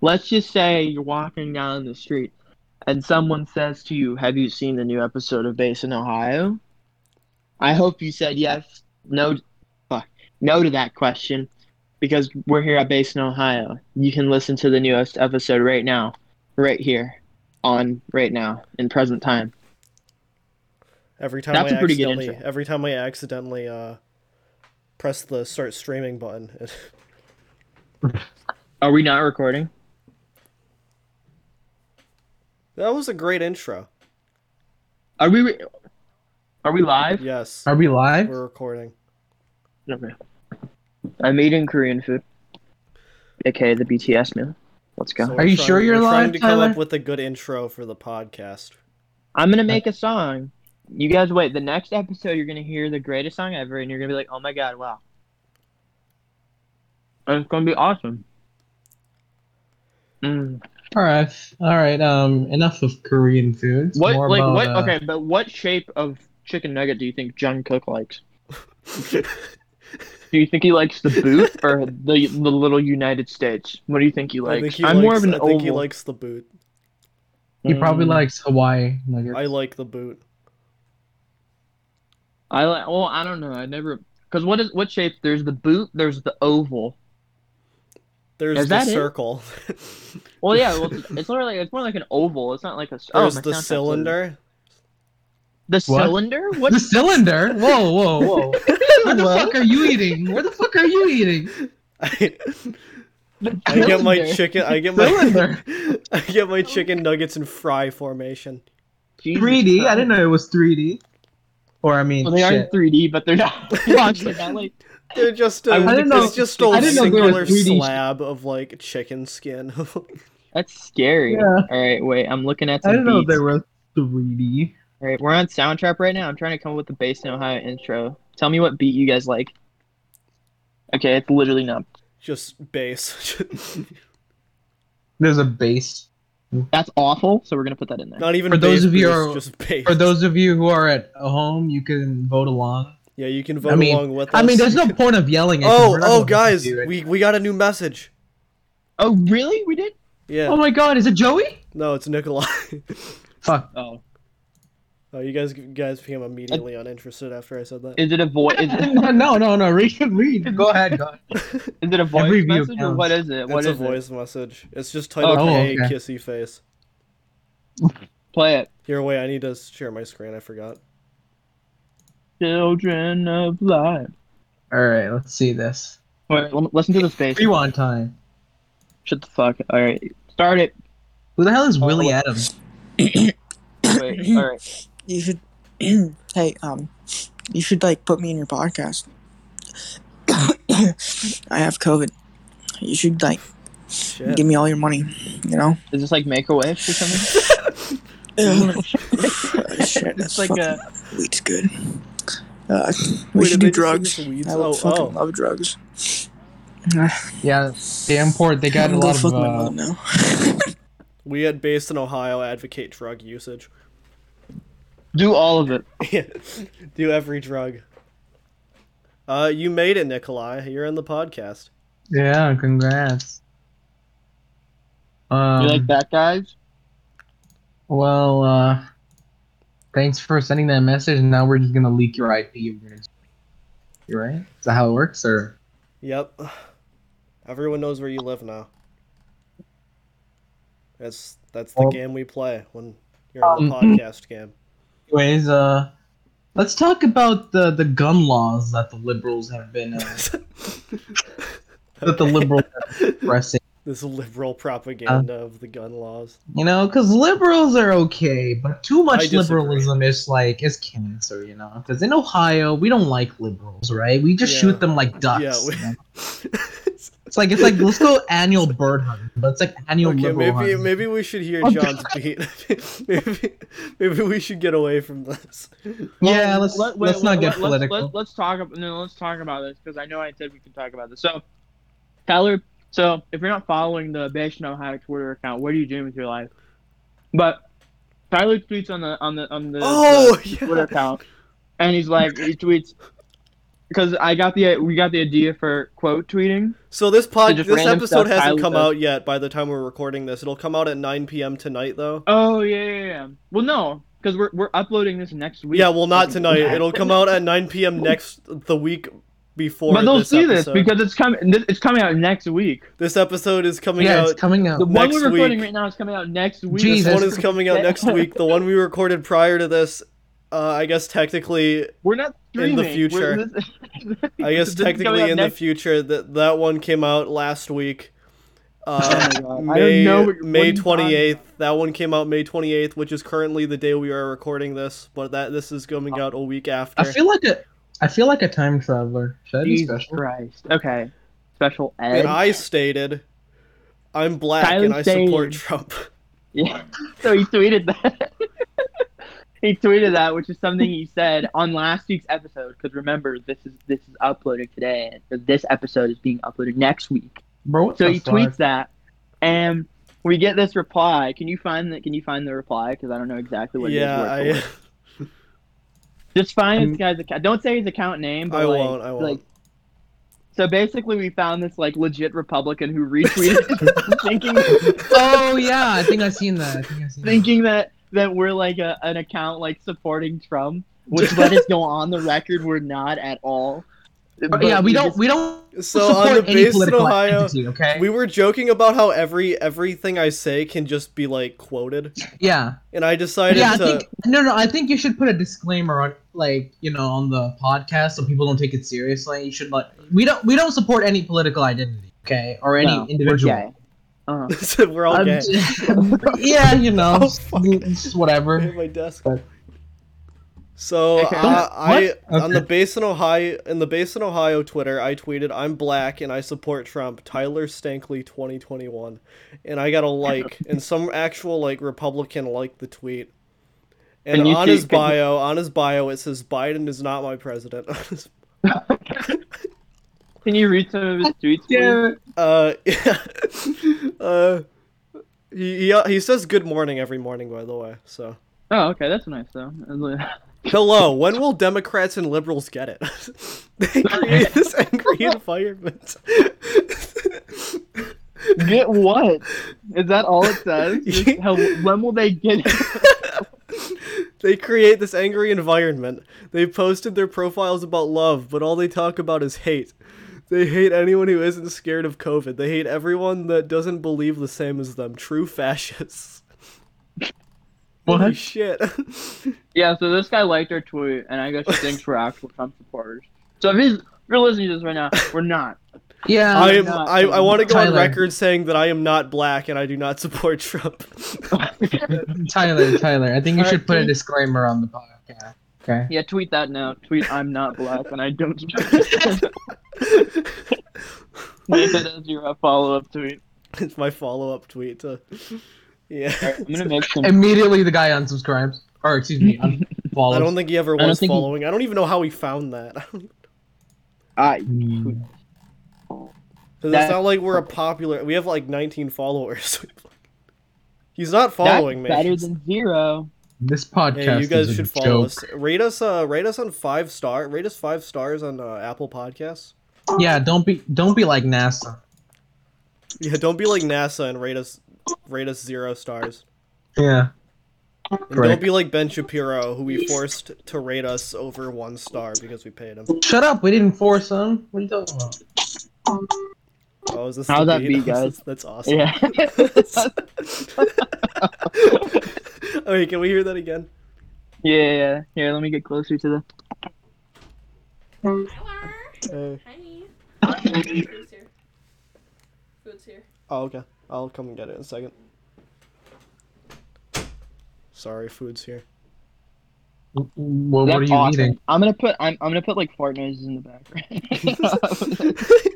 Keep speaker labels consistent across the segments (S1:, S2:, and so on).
S1: Let's just say you're walking down the street and someone says to you, Have you seen the new episode of Base in Ohio? I hope you said yes, no, fuck, no to that question because we're here at Base in Ohio. You can listen to the newest episode right now, right here, on right now, in present time.
S2: Every time
S1: That's
S2: I
S1: a pretty good
S2: accidentally,
S1: intro.
S2: every time I accidentally uh, press the start streaming button, it,
S1: Are we not recording?
S2: that was a great intro.
S1: Are we? Re- are we live?
S2: Yes,
S3: Are we live?
S2: we're recording.
S1: Okay. I'm eating Korean food, aka the BTS meal. Let's go.
S2: So
S3: Are you
S2: we're
S3: sure
S2: trying-
S3: you're
S2: we're Trying
S3: live,
S2: to come
S3: Tyler?
S2: up with a good intro for the podcast.
S1: I'm gonna make a song. You guys wait. The next episode, you're gonna hear the greatest song ever, and you're gonna be like, "Oh my god, wow!" And it's gonna be awesome. Mm.
S3: All right, all right. Um, enough of Korean food. It's
S1: What
S3: more
S1: like
S3: about,
S1: what?
S3: uh,
S1: Okay, but what shape of chicken nugget do you think John Cook likes? Do you think he likes the boot or the the little United States? What do you think he likes?
S2: I think he
S1: I'm
S2: likes,
S1: more of an
S2: I think he
S1: oval.
S2: likes the boot.
S3: He probably
S1: Mm.
S3: likes Hawaii nuggets.
S2: I like the boot.
S1: I like. Well, I don't know. I never. Cause what is what shape? There's the boot. There's the oval.
S2: There's
S1: Is
S2: the
S1: that it?
S2: circle.
S1: Well, yeah. Well, it's it's literally it's more like an oval. It's not like a. oh,
S2: There's
S1: my
S2: the
S1: sound tab's open.
S2: cylinder.
S1: The
S3: What?
S1: cylinder? What?
S3: The cylinder. Whoa, whoa, whoa. What the fuck are you eating? What the fuck are you eating?
S2: I,
S1: The
S2: I get my
S1: cylinder?
S2: chicken. I get my.
S3: Cylinder.
S2: I get my chicken nuggets in fry formation.
S1: Jesus
S3: 3D. I
S1: Christ.
S3: didn't know it was 3D. Or I mean,
S1: Well, they
S3: shit.
S1: aren't 3D, but they're not. they're not like.
S2: They're just a,
S1: I
S3: didn't know-
S2: it's just a
S1: I didn't know
S3: there
S2: singular
S3: was 3D
S2: slab of like chicken skin.
S1: That's scary.
S3: Yeah.
S1: All right, wait. I'm looking at
S3: I
S1: some
S3: didn't know
S1: beats.
S3: there was 3D.
S1: All right, we're on Soundtrap right now. I'm trying to come up with the bass in Ohio intro. Tell me what beat you guys like. Okay, it's literally not.
S2: just base.
S3: There's a base.
S1: That's awful. So we're gonna put that in there.
S2: Not even
S3: For those
S2: base
S3: of you
S2: boost,
S3: are-
S2: just base.
S3: For those of you who are at home, you can vote along.
S2: yeah, you can vote
S3: I mean-
S2: along with
S3: I
S2: us.
S3: mean, there's no point of yelling. At 'cause
S2: Oh,
S3: we're not
S2: oh,
S3: gonna
S2: guys,
S3: do it.
S2: we we got a new message.
S1: Oh, really? We did?
S2: Yeah.
S3: Oh my God, is it Joey?
S2: No, it's Nikolai.
S3: Fuck.
S1: Oh,
S2: oh, you guys you guys became immediately uninterested after I said that.
S1: is it a voice? Is,
S3: no, no, no. Read, read. Go ahead. Go ahead.
S1: is it a voice
S3: Every view
S1: message or
S3: counts.
S1: what is it? What
S2: it's
S1: is
S2: a
S1: it?
S2: voice message. It's just titled
S3: Oh,
S2: "Hey
S3: okay.
S2: Kissy Face."
S1: Play it.
S2: Here, wait, I need to share my screen. I forgot.
S1: Children of light.
S3: All right, let's see this.
S1: Wait, lem- listen to this bass.
S3: Rewind time.
S1: Shut the fuck. All right, start it.
S3: Who the hell is Willie
S1: look.
S3: Adams?
S1: Wait, all right.
S4: You should, hey, um, you should like put me in your podcast. I have COVID. You should like
S2: Shit.
S4: give me all your money. You know.
S1: Is this like Make a Wish or something?
S4: Shit,
S1: It's
S4: that's
S1: like
S4: fucking,
S1: a.
S4: weed's good. Uh, we
S2: Wait,
S4: should
S2: did they
S4: do
S2: just
S4: drugs.
S2: say this weeds?
S4: I
S2: Oh,
S4: love, fucking
S2: oh.
S4: love drugs.
S3: Yeah, the import. They got
S4: I'm
S3: a
S4: gonna go
S3: lot
S4: fuck
S3: of.
S4: my
S3: Uh,
S4: mom now.
S2: We at based in Ohio advocate drug usage.
S1: Do all of it.
S2: Do every drug. Uh, you made it, Nikolai. You're in the podcast.
S3: yeah, congrats. Um,
S1: You like that, guys?
S3: Well, uh, thanks for sending that message. And now we're just gonna leak your IP. You're gonna- you right? Is that how it works? Or
S2: Yep. Everyone knows where you live now. That's that's the
S3: Well-
S2: game we play when you're on the
S3: Um,
S2: podcast game.
S3: anyways, uh, let's talk about the the gun laws that the liberals have been uh, that
S2: Okay.
S3: the liberals have been pressing.
S2: This liberal propaganda
S3: Uh,
S2: of the gun laws.
S3: You know, because liberals are okay, but too
S2: I
S3: much
S2: disagree.
S3: liberalism is like is cancer. You know, because in Ohio we don't like liberals, right? We just
S2: Yeah.
S3: shoot them like ducks.
S2: Yeah, we-
S3: you know? It's like it's like let's go annual bird hunting, but it's like annual
S2: okay,
S3: liberal
S2: maybe
S3: hunting.
S2: maybe we should hear
S3: Oh,
S2: John's beat. maybe maybe we should get away from this.
S3: yeah, let's
S1: Let- wait,
S3: let's
S1: wait,
S3: not get
S1: let- let's-
S3: political.
S1: Let, us talk about no, let's talk about this because I know I said we can talk about this. So, Tyler, so if you're not following the Bastion Ohio Twitter account, what are you doing with your life? But Tyler tweets on the on the on the,
S2: oh
S1: the Twitter
S2: yeah.
S1: account, and he's like he tweets, because I got the we got the idea for quote tweeting.
S2: So this pod,
S1: just
S2: this
S1: random stuff
S2: episode hasn't
S1: Tyler
S2: come
S1: does.
S2: out yet. By the time we're recording this, it'll come out at 9 p.m. tonight, though.
S1: Oh yeah, yeah, yeah. Well, no, because we're we're uploading this next week.
S2: Yeah, well, not tonight.
S3: Yeah.
S2: It'll come out at 9 p.m. next the week before.
S1: but they'll
S2: this
S1: see
S2: episode.
S1: this because it's coming. It's coming out next week.
S2: this episode is coming
S3: yeah,
S2: out.
S3: it's coming out.
S1: The one
S2: Next
S1: we're recording
S2: week.
S1: right now is coming out next week.
S2: This
S3: Jeez, Jesus.
S2: one is coming out next week. The one we recorded prior to this, uh, I guess technically,
S1: We're not
S2: in
S1: streaming
S2: the
S1: We're-
S2: future.
S1: this-
S2: I
S1: this
S2: guess
S1: is coming out
S2: technically in the
S1: next-
S2: future that that one came out last week. Uh,
S1: Oh my God. I don't
S2: May,
S1: know what- what
S2: May
S1: you're talking
S2: 28th. That one came out May 28th, which is currently the day we are recording this, but that this is coming out a week after.
S3: I feel like a, I feel like a time traveler. Should I be
S1: Jesus
S3: special?
S1: Christ. Okay. Special Ed.
S2: and I stated, I'm black
S1: Tyler
S2: and I
S1: stated-
S2: support Trump.
S1: Yeah. So he tweeted that. he tweeted that, which is something he said on last week's episode. Because remember, this is this is uploaded today, and so this episode is being uploaded next week.
S3: Bro, what
S1: So
S3: the
S1: he
S3: fuck?
S1: tweets that, and we get this reply. Can you find that? Can you find the reply? Because I don't know exactly what. it is
S2: yeah,
S1: word for
S2: I,
S1: word. Just find
S3: Um,
S1: this guy's account. Don't say his account name, but
S2: I
S1: like,
S2: won't. I won't.
S1: like. So basically, we found this like legit Republican who retweeted, thinking
S3: Oh yeah, I think I've seen that. I think I've seen that.
S1: thinking that that we're like a, an account like supporting Trump, which let us go on the record we're not at all. But
S3: But Uh, yeah, we don't
S1: just-
S3: we don't
S2: so on
S3: support
S2: the
S3: any
S2: base in
S3: political
S2: Ohio,
S3: entity, okay?
S2: we were joking about how every everything I say can just be like quoted,
S3: yeah.
S2: and I decided
S3: yeah, I
S2: to.
S3: think no, no. I think you should put a disclaimer on, like you know, on the podcast so people don't take it seriously. You should like we don't we don't support any political identity, okay, or any
S1: No,
S3: individual.
S1: gay. Uh,
S2: we're all
S3: Um,
S2: gay.
S3: yeah, you know,
S2: Oh, fuck.
S3: it's just
S2: I
S3: whatever.
S2: hit my desk.
S3: But-
S2: So
S1: Okay.
S2: uh, I
S3: What?
S2: on the base in Ohio in the base in Ohio Twitter, I tweeted, "I'm black and I support Trump." Tyler Stankley 2021, and I got a like, and some actual like Republican liked the tweet. And
S1: Can you
S2: on
S1: see-
S2: his
S1: can you-
S2: bio, on his bio, it says Biden is not my president.
S1: Can you read some of his tweets? please?
S2: uh, uh, he, he he says good morning every morning, by the way. So
S1: Oh, okay, that's nice though.
S2: Hello, when will Democrats and liberals get it? they create this angry environment.
S1: get what? Is that all it says?
S2: Just
S1: how, when will they get it?
S2: they create this angry environment. They posted their profiles about love, but all they talk about is hate. They hate anyone who isn't scared of COVID. They hate everyone that doesn't believe the same as them. True fascists. Holy
S3: What?
S2: shit.
S1: Yeah, so this guy liked our tweet, and I guess he thinks we're actual Trump supporters. So if he's if you're listening to this right now, we're not.
S3: Yeah,
S2: I am.
S1: not-
S2: I, I want to go on
S3: Tyler.
S2: record saying that I am not black and I do not support Trump.
S3: Tyler, Tyler. I think you
S1: Alright,
S3: should put a
S1: dude.
S3: disclaimer on the podcast. Okay.
S1: Yeah, tweet that now. Tweet I'm not black and I don't. Nathan does your follow up tweet.
S2: it's my follow-up tweet to yeah
S1: I'm gonna make some.
S3: Immediately, the guy unsubscribes, or excuse me, unfollows.
S2: i don't think he ever
S3: don't
S2: was
S3: think he-
S2: following i don't even know how he found that
S1: I
S3: Mm.
S2: it's
S1: That-
S2: not like we're a popular we have like 19 followers he's not following
S1: that's
S2: me
S1: better than zero.
S3: This podcast.
S2: yeah you guys
S3: is a
S2: should follow
S3: joke.
S2: us rate us uh rate us on five star rate us five stars on uh, apple podcasts
S3: Yeah, don't be don't be like NASA.
S2: yeah don't be like nasa and rate us rate us zero stars
S3: Yeah.
S2: and don't
S3: Correct.
S2: be like ben shapiro who we forced to rate us over one star because we paid him
S3: Shut up. We didn't force them. What are you talking about?
S2: oh is this
S1: How'd
S2: the
S1: that be,
S2: beat?
S1: guys?
S2: that's awesome
S1: Yeah.
S2: okay, can we hear that again?
S1: yeah, yeah. Here, let me get closer to the.
S5: Hello.
S2: Uh,
S5: Hi. Food's here. Food's here.
S2: oh, okay. I'll come and get it in a second. Sorry, food's here.
S3: W- Well, what are
S1: That's
S3: you
S1: awesome.
S3: eating?
S1: I'm gonna put I'm, I'm gonna put like fart noises in the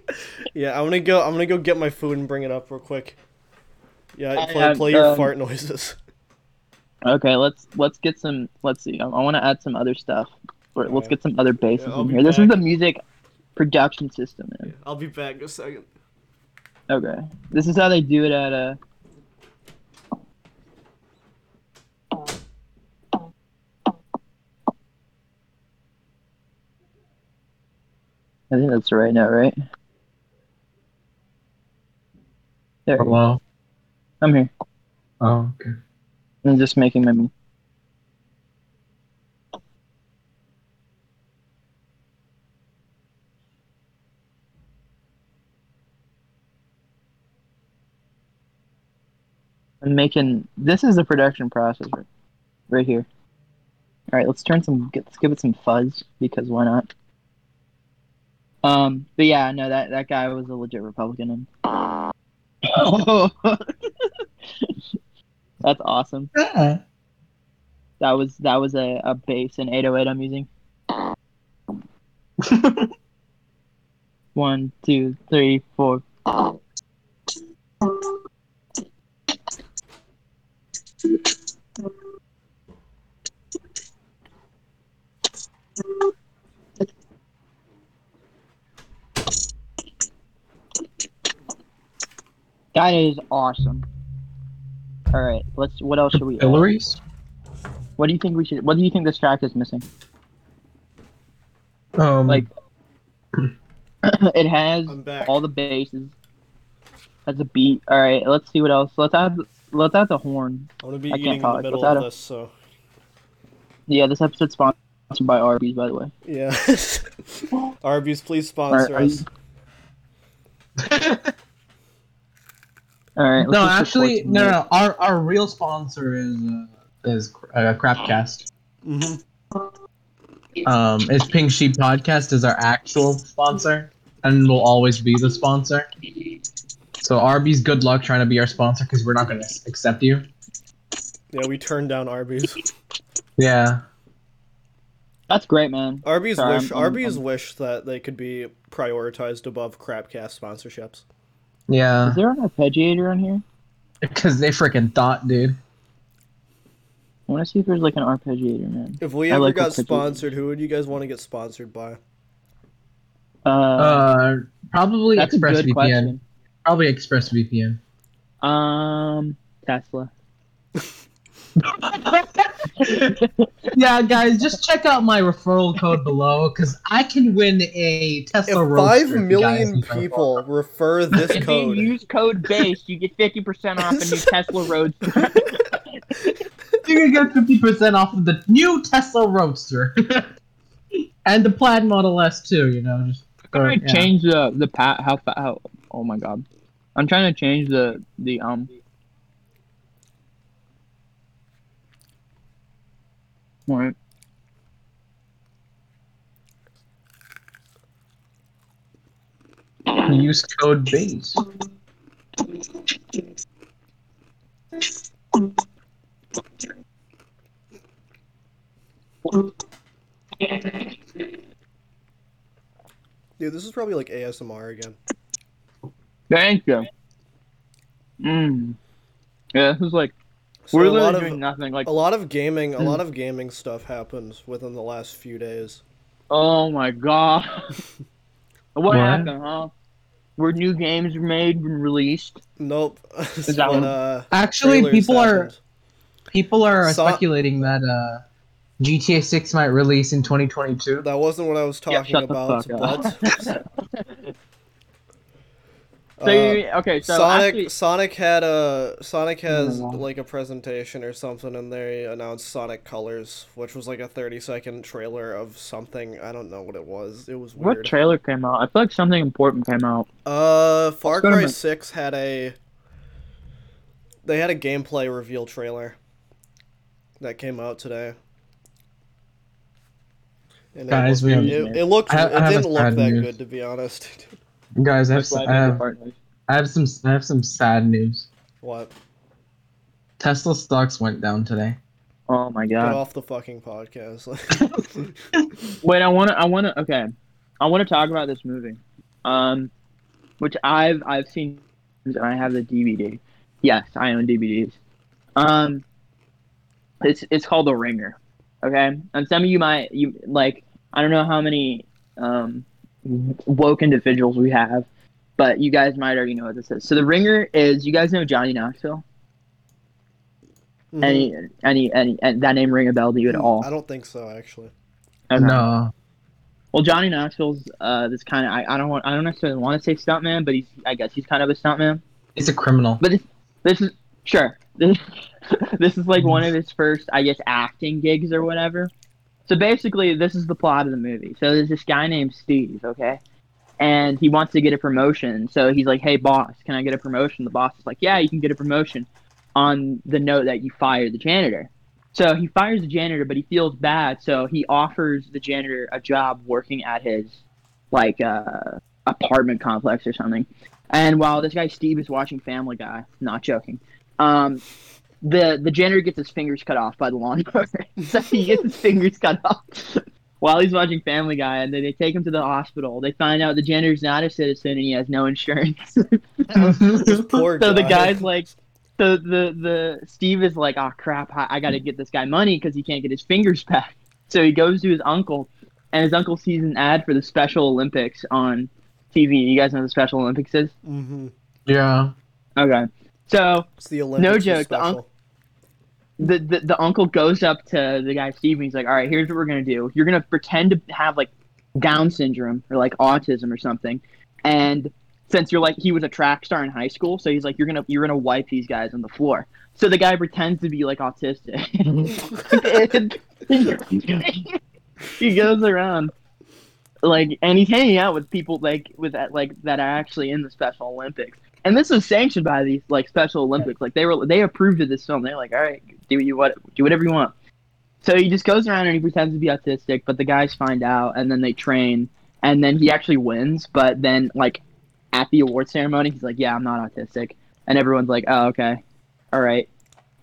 S1: background.
S2: yeah, I'm gonna go. I'm gonna go get my food and bring it up real quick. Yeah,
S1: I
S2: play,
S1: have,
S2: play your
S1: um,
S2: fart noises.
S1: okay, let's let's get some. Let's see. I, I want to add some other stuff. Or Let's
S2: Alright.
S1: get some other basses
S2: I'll
S1: in
S2: be
S1: here. This is the
S2: back.
S1: music production system. Man.
S2: I'll be back in a second.
S1: Okay. This is how they do it at uh I think that's the right note, right? There, we go.
S3: Hello.
S1: I'm here.
S3: Oh, okay.
S1: I'm just making my move. I'm making. This is the production process right, right here. All right, let's turn some. Get, let's give it some fuzz because why not? Um, but yeah, no, that that guy was a legit Republican. And... That's awesome.
S3: Uh-uh.
S1: That was that was a, a bass in 808 I'm using. One, two, three, four. That is awesome. All right, let's. What else should we? add?
S3: Capillaries?
S1: What do you think we should? What do you think this track is missing?
S3: Um,
S1: Like- it has
S2: I'm back.
S1: all the basses. Has a beat. All right, let's see what else. Let's add. Let's add the horn.
S2: I'm gonna be
S1: I can't
S2: eating in the
S1: talk.
S2: middle
S1: Let's add
S2: of
S1: a-
S2: this, so
S1: Yeah, this episode's sponsored by Arby's, by the way.
S2: yeah. Arby's, please sponsor
S1: Are- are you-
S2: us.
S1: All right. let's
S3: no,
S1: just support
S3: actually,
S1: some
S3: no,
S1: music.
S3: no. Our our real sponsor is uh, is uh, Crapcast.
S2: hmm
S3: Um, it's Pink Sheep Podcast is our actual sponsor, and will always be the sponsor. So Arby's, good luck trying to be our sponsor because we're not going to accept you.
S2: Yeah, we turned down Arby's.
S3: Yeah.
S1: That's great, man.
S2: Arby's
S1: Sorry,
S2: wish.
S1: I'm- I'm-
S2: Arby's
S1: I'm-
S2: wish that they could be prioritized above crapcast sponsorships.
S3: Yeah.
S1: Is there an arpeggiator in here?
S3: Because they freaking thought, dude.
S1: I want to see if there's like an arpeggiator, man.
S2: If we
S1: I
S2: ever
S1: like
S2: got
S1: the cookie.
S2: sponsored, who would you guys want to get sponsored by?
S1: Uh,
S3: Uh, probably
S1: that's a good
S3: ExpressVPN.
S1: question.
S3: Probably ExpressVPN.
S1: Um, Tesla.
S3: yeah, guys, just check out my referral code below because I can win a
S2: If
S3: Tesla
S2: five
S3: Roadster,
S2: million
S3: guys.
S2: people refer this
S1: If
S2: code,
S1: you use code base, you get fifty percent off a new Tesla Roadster.
S3: You're gonna get fifty percent off of the new Tesla Roadster and the Plaid Model S too. You know, just
S1: I'm trying to
S3: yeah.
S1: change the the pat how fa- how oh my god. I'm trying to change the the um. Alright.
S3: use code base.
S2: dude, this is probably like ASMR again.
S1: Thank you. Mm. Yeah, this is like
S2: So
S1: we're
S2: a lot
S1: literally
S2: of
S1: doing Mm. nothing. Like
S2: a lot of gaming, a lot of gaming stuff happens within the last few days.
S1: oh my god, what,
S3: What?
S1: happened, huh? Were new games made and released?
S2: Nope.
S1: Is that
S2: But,
S1: one-
S2: uh,
S3: Actually,
S2: trailers
S3: people are
S2: happened.
S3: people are
S2: So-
S3: speculating that uh, GTA Six might release in 2022.
S2: That wasn't what I was
S1: Yeah,
S2: talking
S1: shut the
S2: about.
S1: fuck up.
S2: But
S1: So you, okay, so
S2: Uh, Sonic
S1: actually-
S2: Sonic had a Sonic has
S1: wow.
S2: like a presentation or something and they announced Sonic Colors, which was like a 30 second trailer of something. I don't know what it was. It was
S1: what
S2: weird.
S1: trailer came out? I feel like something important came out.
S2: uh Far
S1: go to
S2: Cry
S1: my-
S2: 6 had a they had a gameplay reveal trailer that came out today. And it
S3: Guys,
S2: looked-
S3: we-
S2: it, it looked
S3: I have- I
S2: it
S3: have a
S2: didn't look
S3: sad
S2: that
S3: news.
S2: good to be honest.
S3: Guys, I have,
S1: That's uh, why
S3: I
S1: I made the
S3: have
S1: partners.
S3: I have some I have some sad news.
S2: what?
S3: Tesla stocks went down today.
S1: Oh my
S2: Get
S1: god.
S2: off the fucking podcast.
S1: Wait, I wanna I wanna okay. I wanna talk about this movie. Um which I've I've seen and I have the DVD. Yes, I own DVDs. Um it's it's called The Ringer. Okay? And some of you might you like I don't know how many um woke individuals we have, but you guys might already know what this is. So The Ringer is you guys know Johnny Knoxville?
S2: Mm-hmm.
S1: Any any any, any that name ring a bell to you at all?
S2: I don't think so, actually.
S1: Okay.
S3: No.
S1: Well, Johnny Knoxville's uh, this kind of I, I don't want I don't necessarily want to say stuntman, but he's I guess he's kind of a stuntman.
S3: He's a criminal.
S1: But this this is sure this this is like one of his first I guess acting gigs or whatever. So basically, this is the plot of the movie. So there's this guy named Steve, okay, and he wants to get a promotion. So he's like, "Hey, boss, can I get a promotion?" The boss is like, "Yeah, you can get a promotion," on the note that you fired the janitor. So he fires the janitor, but he feels bad, so he offers the janitor a job working at his like uh, apartment complex or something. And while this guy Steve is watching Family Guy, not joking, um, the the janitor gets his fingers cut off by the lawnmower. so he gets his fingers cut off while he's watching Family Guy, and then they take him to the hospital. They find out the janitor's not a citizen and he has no insurance.
S2: This poor
S1: so the
S2: guy.
S1: guy's like so the the steve is like oh crap i, I gotta get this guy money because he can't get his fingers back so he goes to his uncle and his uncle sees an ad for the special olympics on tv you guys know what the special olympics is
S2: hmm
S3: Yeah.
S1: okay so
S2: It's the Olympics. of
S1: joke, the
S2: Special.
S1: unc- the, the, the uncle goes up to the guy Steve and he's like, "All right, here's what we're gonna do. You're gonna pretend to have like Down syndrome or like autism or something, and since you're like he was a track star in high school, so he's like, you're gonna you're gonna wipe these guys on the floor." So the guy pretends to be like autistic. And he goes around like and he's hanging out with people like with that like that are actually in the Special Olympics. And this was sanctioned by these like Special Olympics. Like they were they approved of this film. They're like, all right, do you what do whatever you want. So he just goes around and he pretends to be autistic, but the guys find out and then they train and then he actually wins, but then like at the award ceremony he's like, Yeah, I'm not autistic and everyone's like, Oh, okay. Alright.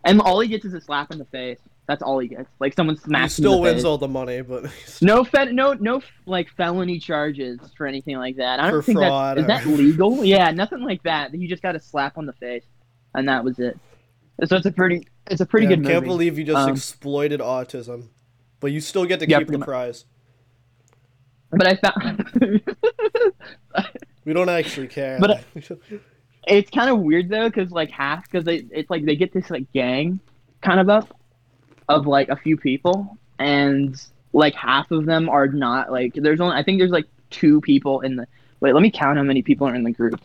S1: And all he gets is a slap in the face. That's all he gets. Like someone
S2: He
S1: smacks him in
S2: still
S1: the
S2: wins
S1: face.
S2: all the money, but
S1: No, fe- no, no, like felony charges for anything like that. I don't
S2: For
S1: think
S2: fraud
S1: that's,
S2: or-
S1: is that legal. Yeah, nothing like that. You just got a slap on the face, and that was it. So it's a pretty, it's a pretty
S2: Yeah,
S1: good
S2: I can't
S1: movie.
S2: believe you just
S1: Um,
S2: exploited autism, but you still get to
S1: Yeah,
S2: keep the
S1: pretty much.
S2: prize.
S1: but I found
S2: We don't actually care.
S1: But, uh, it's kind of weird though, because like half, because they, it's like they get this like gang, kind of up, of like a few people, and like half of them are not like there's only I think there's like two people in the wait let me count how many people are in the group.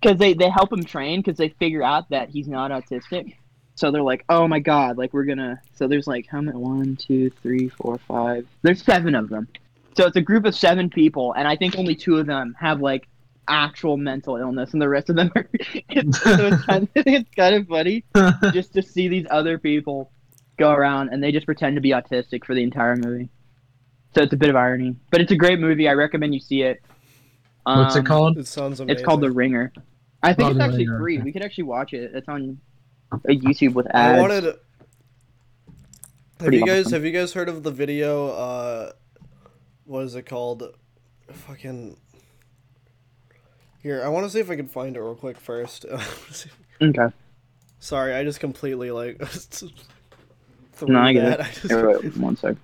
S1: Because they they help him train because they figure out that he's not autistic, so they're like oh my god like we're gonna so there's like how many one two three four five there's seven of them, so it's a group of seven people and I think only two of them have like actual mental illness and the rest of them are it's, so it's, kind of, it's kind of funny just to see these other people go around and they just pretend to be autistic for the entire movie. So it's a bit of irony, but it's a great movie. I recommend you see it.
S3: What's it
S1: Um,
S3: called?
S2: it sounds amazing.
S1: It's called The Ringer. I think
S3: Oh,
S1: it's
S3: The
S1: actually
S3: Ringer,
S1: free.
S3: okay.
S1: We could actually watch it. It's on uh, YouTube with ads.
S2: I wanted. Have
S1: Pretty
S2: you guys
S1: awesome.
S2: have you guys heard of the video? Uh, what is it called? Fucking. Here, I want to see if I can find it real quick first.
S1: Okay.
S2: Sorry, I just completely like. threw
S1: No, I get it.
S2: that. I just-
S1: Here, wait, one sec.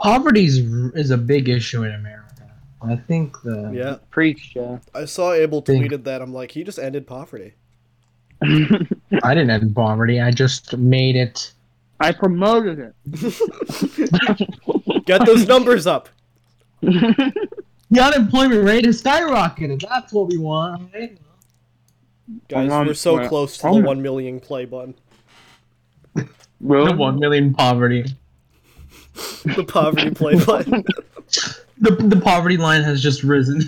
S3: Poverty is a big issue in America. I think the
S2: yeah,
S1: Preach, yeah.
S2: I saw Abel
S3: Think-
S2: tweeted that. I'm like, he just ended poverty.
S3: I didn't end poverty. I just made it.
S1: I promoted it.
S2: Get those numbers up.
S3: The unemployment rate has skyrocketed. That's what we want. Right?
S2: Guys,
S1: on,
S2: we're so
S1: we're-
S2: close to
S1: I'm-
S2: the 1 million play button. Oh.
S3: The one million poverty.
S2: The poverty play button.
S3: The, the poverty line has just risen.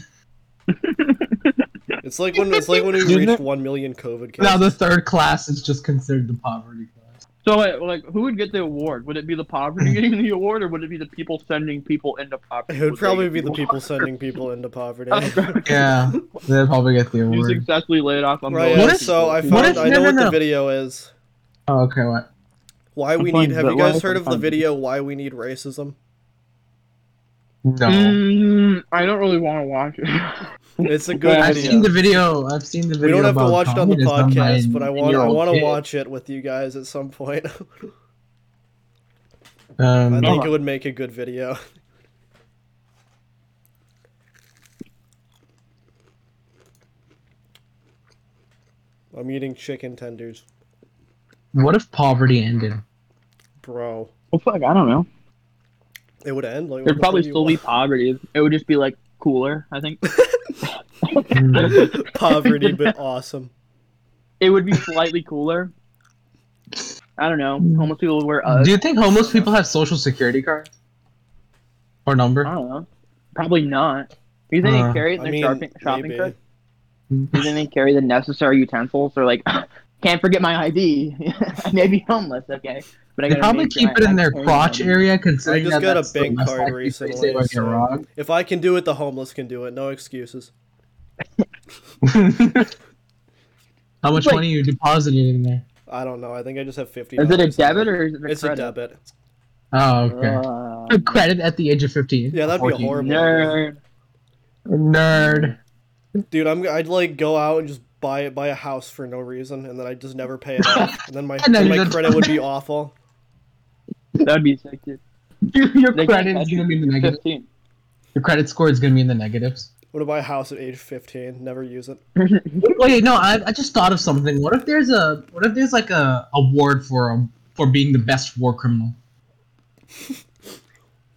S2: It's like when it's like when we
S3: Isn't
S2: reached
S3: it-
S2: 1 million COVID cases.
S3: Now the third class is just considered the poverty class.
S1: So, wait, like, who would get the award? Would it be the poverty getting the award, or would it be the people sending people into poverty?
S2: it would
S1: they
S2: probably
S1: get
S2: be the
S1: award?
S2: people sending people into poverty.
S1: Okay.
S3: Yeah, they'll probably get the
S1: You
S3: award.
S1: successfully laid off on
S2: right,
S1: the
S3: What
S2: yeah,
S3: if-
S2: so I
S1: what
S2: found
S3: if-
S2: I
S3: no,
S2: know
S3: no,
S2: what the
S3: no.
S2: video is.
S3: Oh, okay, what?
S2: Why we
S1: Fun,
S2: need have
S1: but
S2: you
S1: why
S2: guys
S1: is
S2: heard
S1: it
S2: of the
S1: fun?
S2: video Why We Need Racism?
S3: No,
S1: Mm, I don't really want to watch it.
S2: It's a good
S1: I've
S3: I've
S2: video.
S3: seen the video. I've seen the video.
S2: we don't have to
S3: about
S2: watch it on the
S3: communism by
S2: podcast, but I want I
S3: eight-year-old
S2: want to
S3: kid.
S2: watch it with you guys at some point. I
S3: Um,
S2: think it would make a good video. I'm eating chicken tenders.
S3: What if poverty ended?
S2: Bro,
S1: Well, fuck, I don't know.
S2: it would end. Like,
S1: There'd
S2: what
S1: probably
S2: do you
S1: still be
S2: want?
S1: poverty. It would just be like cooler, I think.
S2: poverty, but awesome.
S1: It would be slightly cooler. I don't know. Homeless people would wear Uggs.
S3: Do you think homeless people have social security cards or number?
S1: I don't know. Probably not. Do you think they
S3: Uh,
S1: carry
S2: I
S1: their
S2: mean,
S1: shopping, shopping
S2: maybe.
S1: cart? Do you think they carry the necessary utensils? They're like, can't forget my ID. I may be homeless, okay. But I
S3: They
S1: gotta
S3: probably
S1: make sure
S3: keep
S1: I
S3: it in their
S1: actually
S3: crotch
S1: am.
S3: area, considering
S2: I just
S3: that
S2: got a
S3: that's the
S2: bank
S3: most
S2: card
S3: likely place
S2: recently,
S3: They would
S2: so-
S3: get robbed.
S2: If I can do it, the homeless can do it. No excuses.
S3: How much
S1: Wait.
S3: money you deposited in there?
S2: I don't know. I think I just have fifty.
S1: Is it a debit or is it a
S2: It's a
S1: credit?
S2: debit.
S3: Oh, okay. A credit at the age of 15.
S2: Uh, Yeah, that'd be
S3: 14.
S1: Uh,
S2: horrible.
S1: nerd.
S3: Nerd.
S2: Dude, I'm I'd like go out and just buy buy a house for no reason, and then I would just never pay it off, and then my
S3: And then
S2: and my
S3: you're-
S2: credit would be awful.
S1: That'd be sick. dude.
S3: Your
S1: They
S3: credit
S1: can't
S3: is going to be in the
S1: catch you at
S3: negative.
S1: 15.
S3: Your credit score is going to be in the negatives.
S2: Would buy a house at age fifteen, never use it.
S3: Wait, no, I, I just thought of something. What if there's a what if there's like a award for um for being the best war criminal?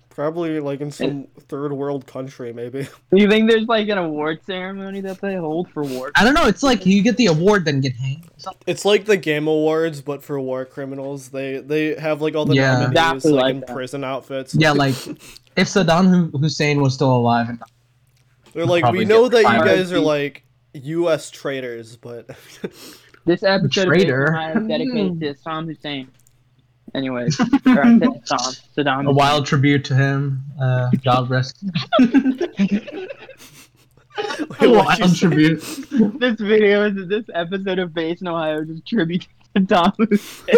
S2: Probably like in some third world country, maybe.
S1: Do you think there's like an award ceremony that they hold for war?
S3: I don't know. It's like you get the award, then get hanged. Or something.
S2: It's like the Game Awards, but for war criminals. They they have like all the nominees
S3: Yeah.
S1: Exactly
S2: like,
S1: like
S2: in
S1: that.
S2: prison outfits.
S3: Yeah, like if Saddam Hu- Hussein was still alive. And,
S2: They're like, we
S3: Probably
S2: know that
S3: get
S2: you
S3: fired.
S2: guys are like U.S. traitors, but
S1: This episode
S3: Traitor.
S1: of Big Time is dedicated to Saddam Hussein. Anyways, or I said Saddam, Saddam.
S3: a wild tribute to him. Uh, God rest.
S2: Wait,
S3: a
S2: what'd you
S3: wild
S2: say?
S3: tribute.
S1: This video is this episode of Base in Ohio just tribute to Saddam Hussein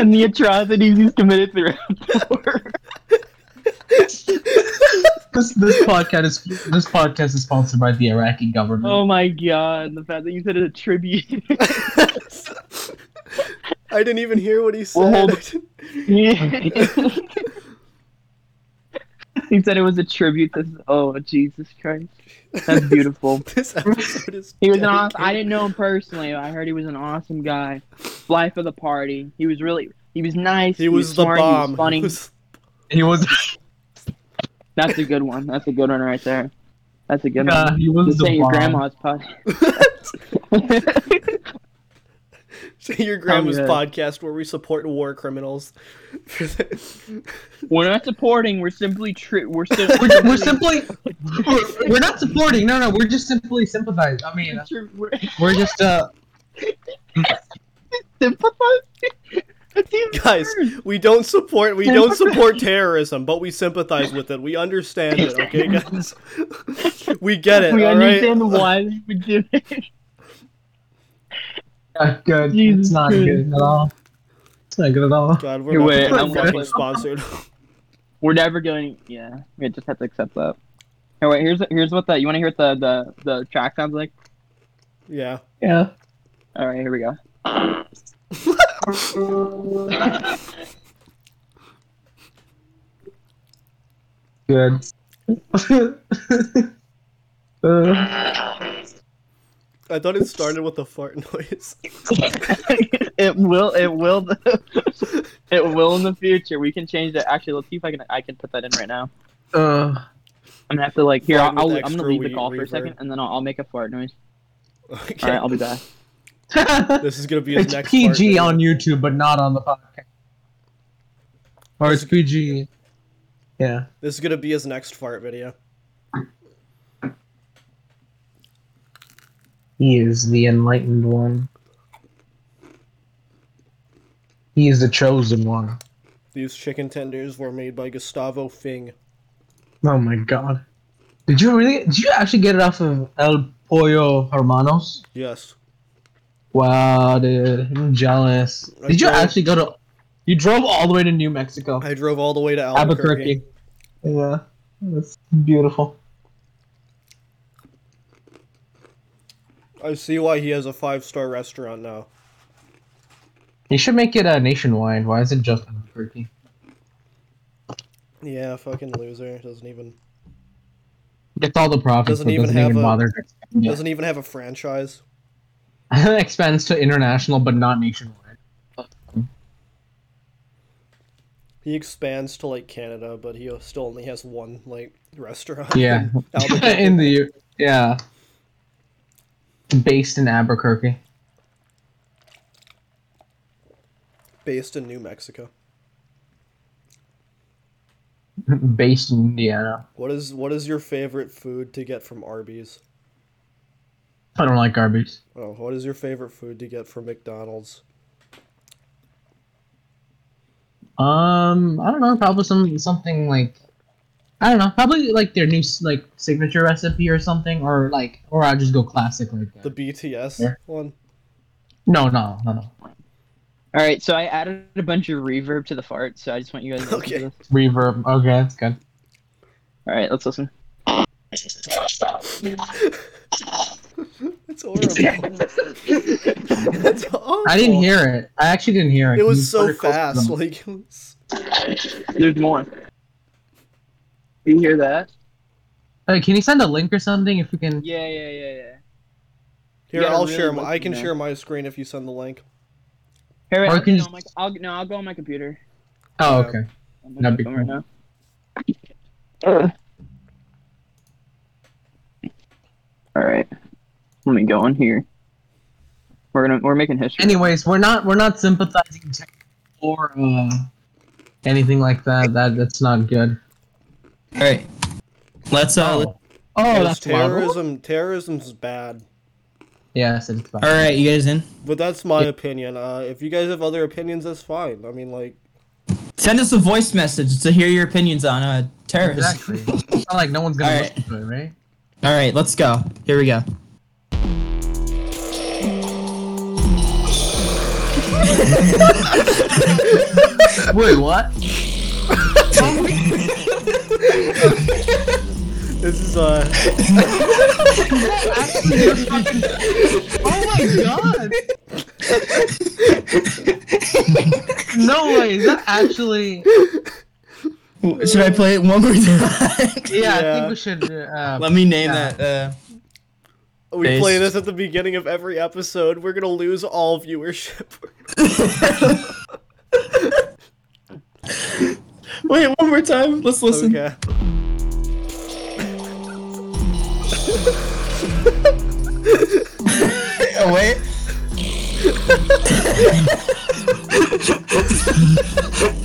S1: and the atrocities he's committed throughout the war.
S3: This this podcast is this podcast is sponsored by the Iraqi government.
S1: Oh my god, the fact that you said it's a tribute.
S2: I didn't even hear what he said.
S1: Well, hold- he said it was a tribute to. Oh Jesus Christ, that's beautiful.
S2: this episode is.
S1: He was an
S2: dedicated-
S1: awesome. I didn't know him personally. but I heard he was an awesome guy, life of the party. He was really. He was nice.
S2: He was the
S1: smart,
S2: bomb.
S1: He
S2: He
S1: was funny.
S2: was-
S3: He was
S1: That's a good one. That's a good one right there. That's a good one.
S3: yeah, uh, he was
S1: Just
S3: the
S1: saying your
S3: bomb.
S1: grandma's pot.
S2: Say your grandma's
S1: yeah.
S2: podcast where we support war criminals.
S1: we're not supporting. We're simply. Tri- we're sim-
S3: We're, we're simply we're, we're not supporting. No, no, we're just simply sympathizing. I mean,
S1: we're
S3: we're just uh
S1: sympathizing. That's even
S2: Guys,
S1: worse.
S2: we don't support we don't support terrorism, but we sympathize with it. We understand it, okay, guys? we get it,
S1: we
S2: all right?
S1: understand why they would do it.
S3: not good.
S1: Jesus
S3: it's not good at all. It's not good at all.
S2: God,
S1: Hey,
S2: we're not
S1: wait,
S2: gonna
S1: I'm
S2: be
S1: gonna
S2: fucking
S1: play-
S2: sponsored.
S1: We're never going. Yeah, we just have to accept that. Hey, wait. Here's here's what the you want to hear what the, the the track sounds like.
S2: yeah.
S3: Yeah.
S1: All right, here we go.
S3: Good. Uh,
S2: I thought it started with a fart noise.
S1: it will. It will. it will in the future. We can change that. Actually, let's see if I can. I can put that in right now.
S3: uh,
S1: I'm gonna have to like here.
S2: Fart
S1: I'll, I'll,
S2: with
S1: I'm gonna
S2: extra
S1: leave the
S2: wheat
S1: call for a
S2: reverb.
S1: second, and then I'll, I'll make a fart noise.
S2: Okay.
S1: All right, I'll be back.
S2: This is gonna be his
S3: it's
S2: next
S3: PG
S2: fart
S3: on
S2: noise.
S3: YouTube, but not on the podcast. Or it's PG. Yeah.
S2: This is gonna be his next fart video.
S3: He is the enlightened one. He is the chosen one.
S2: These chicken tenders were made by Gustavo Fing.
S3: Oh my god. Did you really did you actually get it off of El Pollo Hermanos?
S2: Yes.
S3: Wow dude, I'm jealous.
S2: I
S3: Did you
S2: drove-
S3: actually go to you drove all the way to New Mexico?
S2: I drove all the way to Albuquerque.
S3: Albuquerque. Yeah. That's beautiful.
S2: I see why he has a five star restaurant now.
S3: You should make it uh, nationwide. Why is it just Albuquerque?
S2: Yeah, fucking loser. Doesn't even
S3: It's all the profits,
S2: Doesn't
S3: but
S2: even
S3: doesn't
S2: have
S3: even
S2: a-
S3: bother. to expand it.
S2: doesn't even have a franchise.
S3: expands to international but not nationwide.
S2: He expands to like Canada, but he still only has one like restaurant.
S3: Yeah.
S2: in Albuquerque.
S3: in the U- yeah. Based in Albuquerque.
S2: based in New Mexico.
S3: Based in Indiana.
S2: What is what is your favorite food to get from Arby's?
S3: I don't like Arby's.
S2: Oh, what is your favorite food to get from McDonald's?
S3: Um, I don't know. Probably some something like, I don't know. Probably like their new s- like signature recipe or something, or like, or I just go classic like.
S2: The BTS
S3: Yeah.
S2: one.
S3: No, no, no, no.
S1: All right, so I added a bunch of reverb to the fart, so I just want you guys to listen
S2: Okay.
S1: to this.
S3: Reverb. Okay, that's good.
S1: All right, let's listen.
S2: It's horrible. That's awful.
S3: I didn't hear it. I actually didn't hear it.
S2: It
S3: Can
S2: was
S3: you
S2: so
S3: put it closer to
S2: fast.
S3: them?
S2: Like, it was-
S1: There's more. You hear that?
S3: Hey, Uh, can you send a link or something if we can?
S1: Yeah, yeah, yeah, yeah.
S2: here
S1: gotta
S2: I'll
S1: really
S2: share. My,
S1: look
S2: I
S1: in
S2: can
S1: there.
S2: share my screen if you send the link.
S1: Here, wait,
S3: Or
S1: I'll,
S3: can
S1: go
S3: you-
S1: on my, I'll no, I'll go on my computer.
S3: Oh,
S2: Yeah.
S3: okay.
S1: I'm
S3: That'd be
S1: looking right
S3: cool.
S1: now. All right, let me go in here. We're gonna we're making history.
S3: Anyways, we're not we're not sympathizing to or uh, anything like that. That that's not good.
S6: All right. Let's uh.
S3: Oh,
S6: let-
S3: oh
S2: Because
S3: that's terrible.
S2: terrorism. Terrorism's bad.
S3: Yes, it's bad.
S6: all right, you guys in?
S2: But that's my opinion. Uh, if you guys have other opinions, that's fine. I mean, like,
S6: Send us a voice message to hear your opinions on uh terrorism.
S3: Exactly. it's not like no one's gonna
S6: All right.
S3: listen to it, right?
S6: All right, let's go. Here we go.
S3: Wait, what?
S2: this is uh,
S3: God! no way, is that actually?
S6: Should I play it one more time?
S3: Yeah, I
S2: Yeah.
S3: think we should. Uh,
S6: Let me name
S3: Yeah.
S6: that. Uh,
S2: we
S6: Based.
S2: play this at the beginning of every episode. We're gonna lose all viewership.
S6: wait, one more time. Let's listen.
S2: okay.
S6: Oh, wait.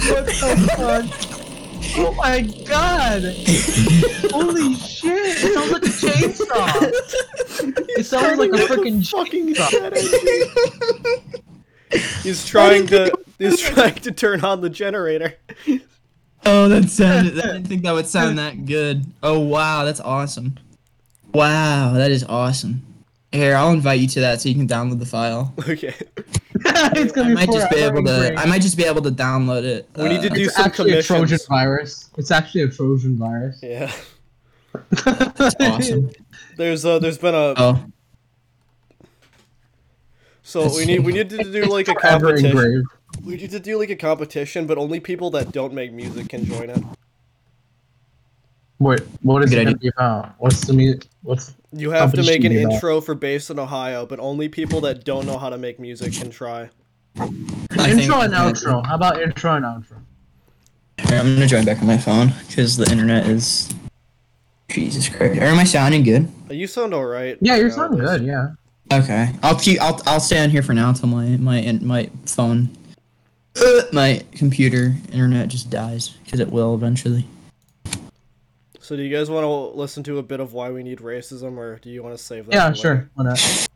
S3: What the fuck? Oh my god! Holy shit! It sounds like a chainsaw! It sounds like a freaking
S2: fucking
S3: chainsaw.
S2: shit out of you. He's trying to. He's trying to turn on the generator.
S6: Oh, that sounded. I didn't think that would sound that good. Oh wow, that's awesome. Wow, that is awesome. Here, I'll invite you to that so you can download the file.
S2: Okay.
S3: it's gonna
S6: I
S3: be
S6: might just
S3: four
S6: be able
S3: hours
S6: to.
S3: break.
S6: I might just be able to download it.
S2: We need to
S6: uh,
S2: do
S3: It's
S2: some
S3: actually a Trojan
S2: commissions.
S3: virus. It's actually a Trojan virus.
S2: Yeah.
S6: awesome.
S2: There's uh. There's been a.
S6: Oh,
S2: so we need. We need to do like a
S3: Forever
S2: competition.
S3: engraved.
S2: We need to do like a competition, but only people that don't make music can join it.
S3: What? What is
S6: Good
S3: it gonna be
S6: idea.
S3: about? What's the music? What's
S2: You have to make an
S3: Competition, yeah.
S2: intro for Bass in Ohio, but only people that don't know how to make music can try.
S6: I think-
S3: intro and outro? How about intro and outro?
S6: Here, I'm gonna join back on my phone because the internet is. Jesus Christ. Or am I sounding good?
S2: Uh, You sound alright.
S3: Yeah, you're
S2: now,
S3: sounding
S2: at
S3: good.
S2: least.
S3: Yeah.
S6: Okay, I'll keep. I'll I'll stay on here for now until my my in- my phone, my computer internet just dies because it will eventually.
S2: So, do you guys want to listen to a bit of why we need racism, or do you want to save that?
S3: Yeah,
S2: for
S3: sure. Why not?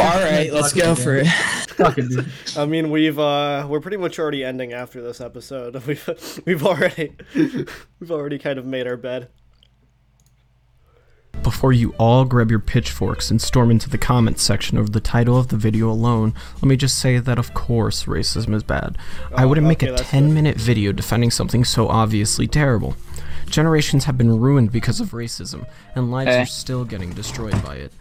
S6: All right, let's go for it.
S3: Fuck it, dude.
S2: later? I mean, we've uh, we're pretty much already ending after this episode. We've we've already we've already kind of made our bed.
S7: Before you all grab your pitchforks and storm into the comments section over the title of the video alone, let me just say that of course racism is bad. I
S2: Oh,
S7: wouldn't make
S2: okay,
S7: a
S2: that's
S7: 10
S2: good.
S7: minute video defending something so obviously terrible. Generations have been ruined because of racism, and lives
S1: Eh.
S7: are still getting destroyed by it.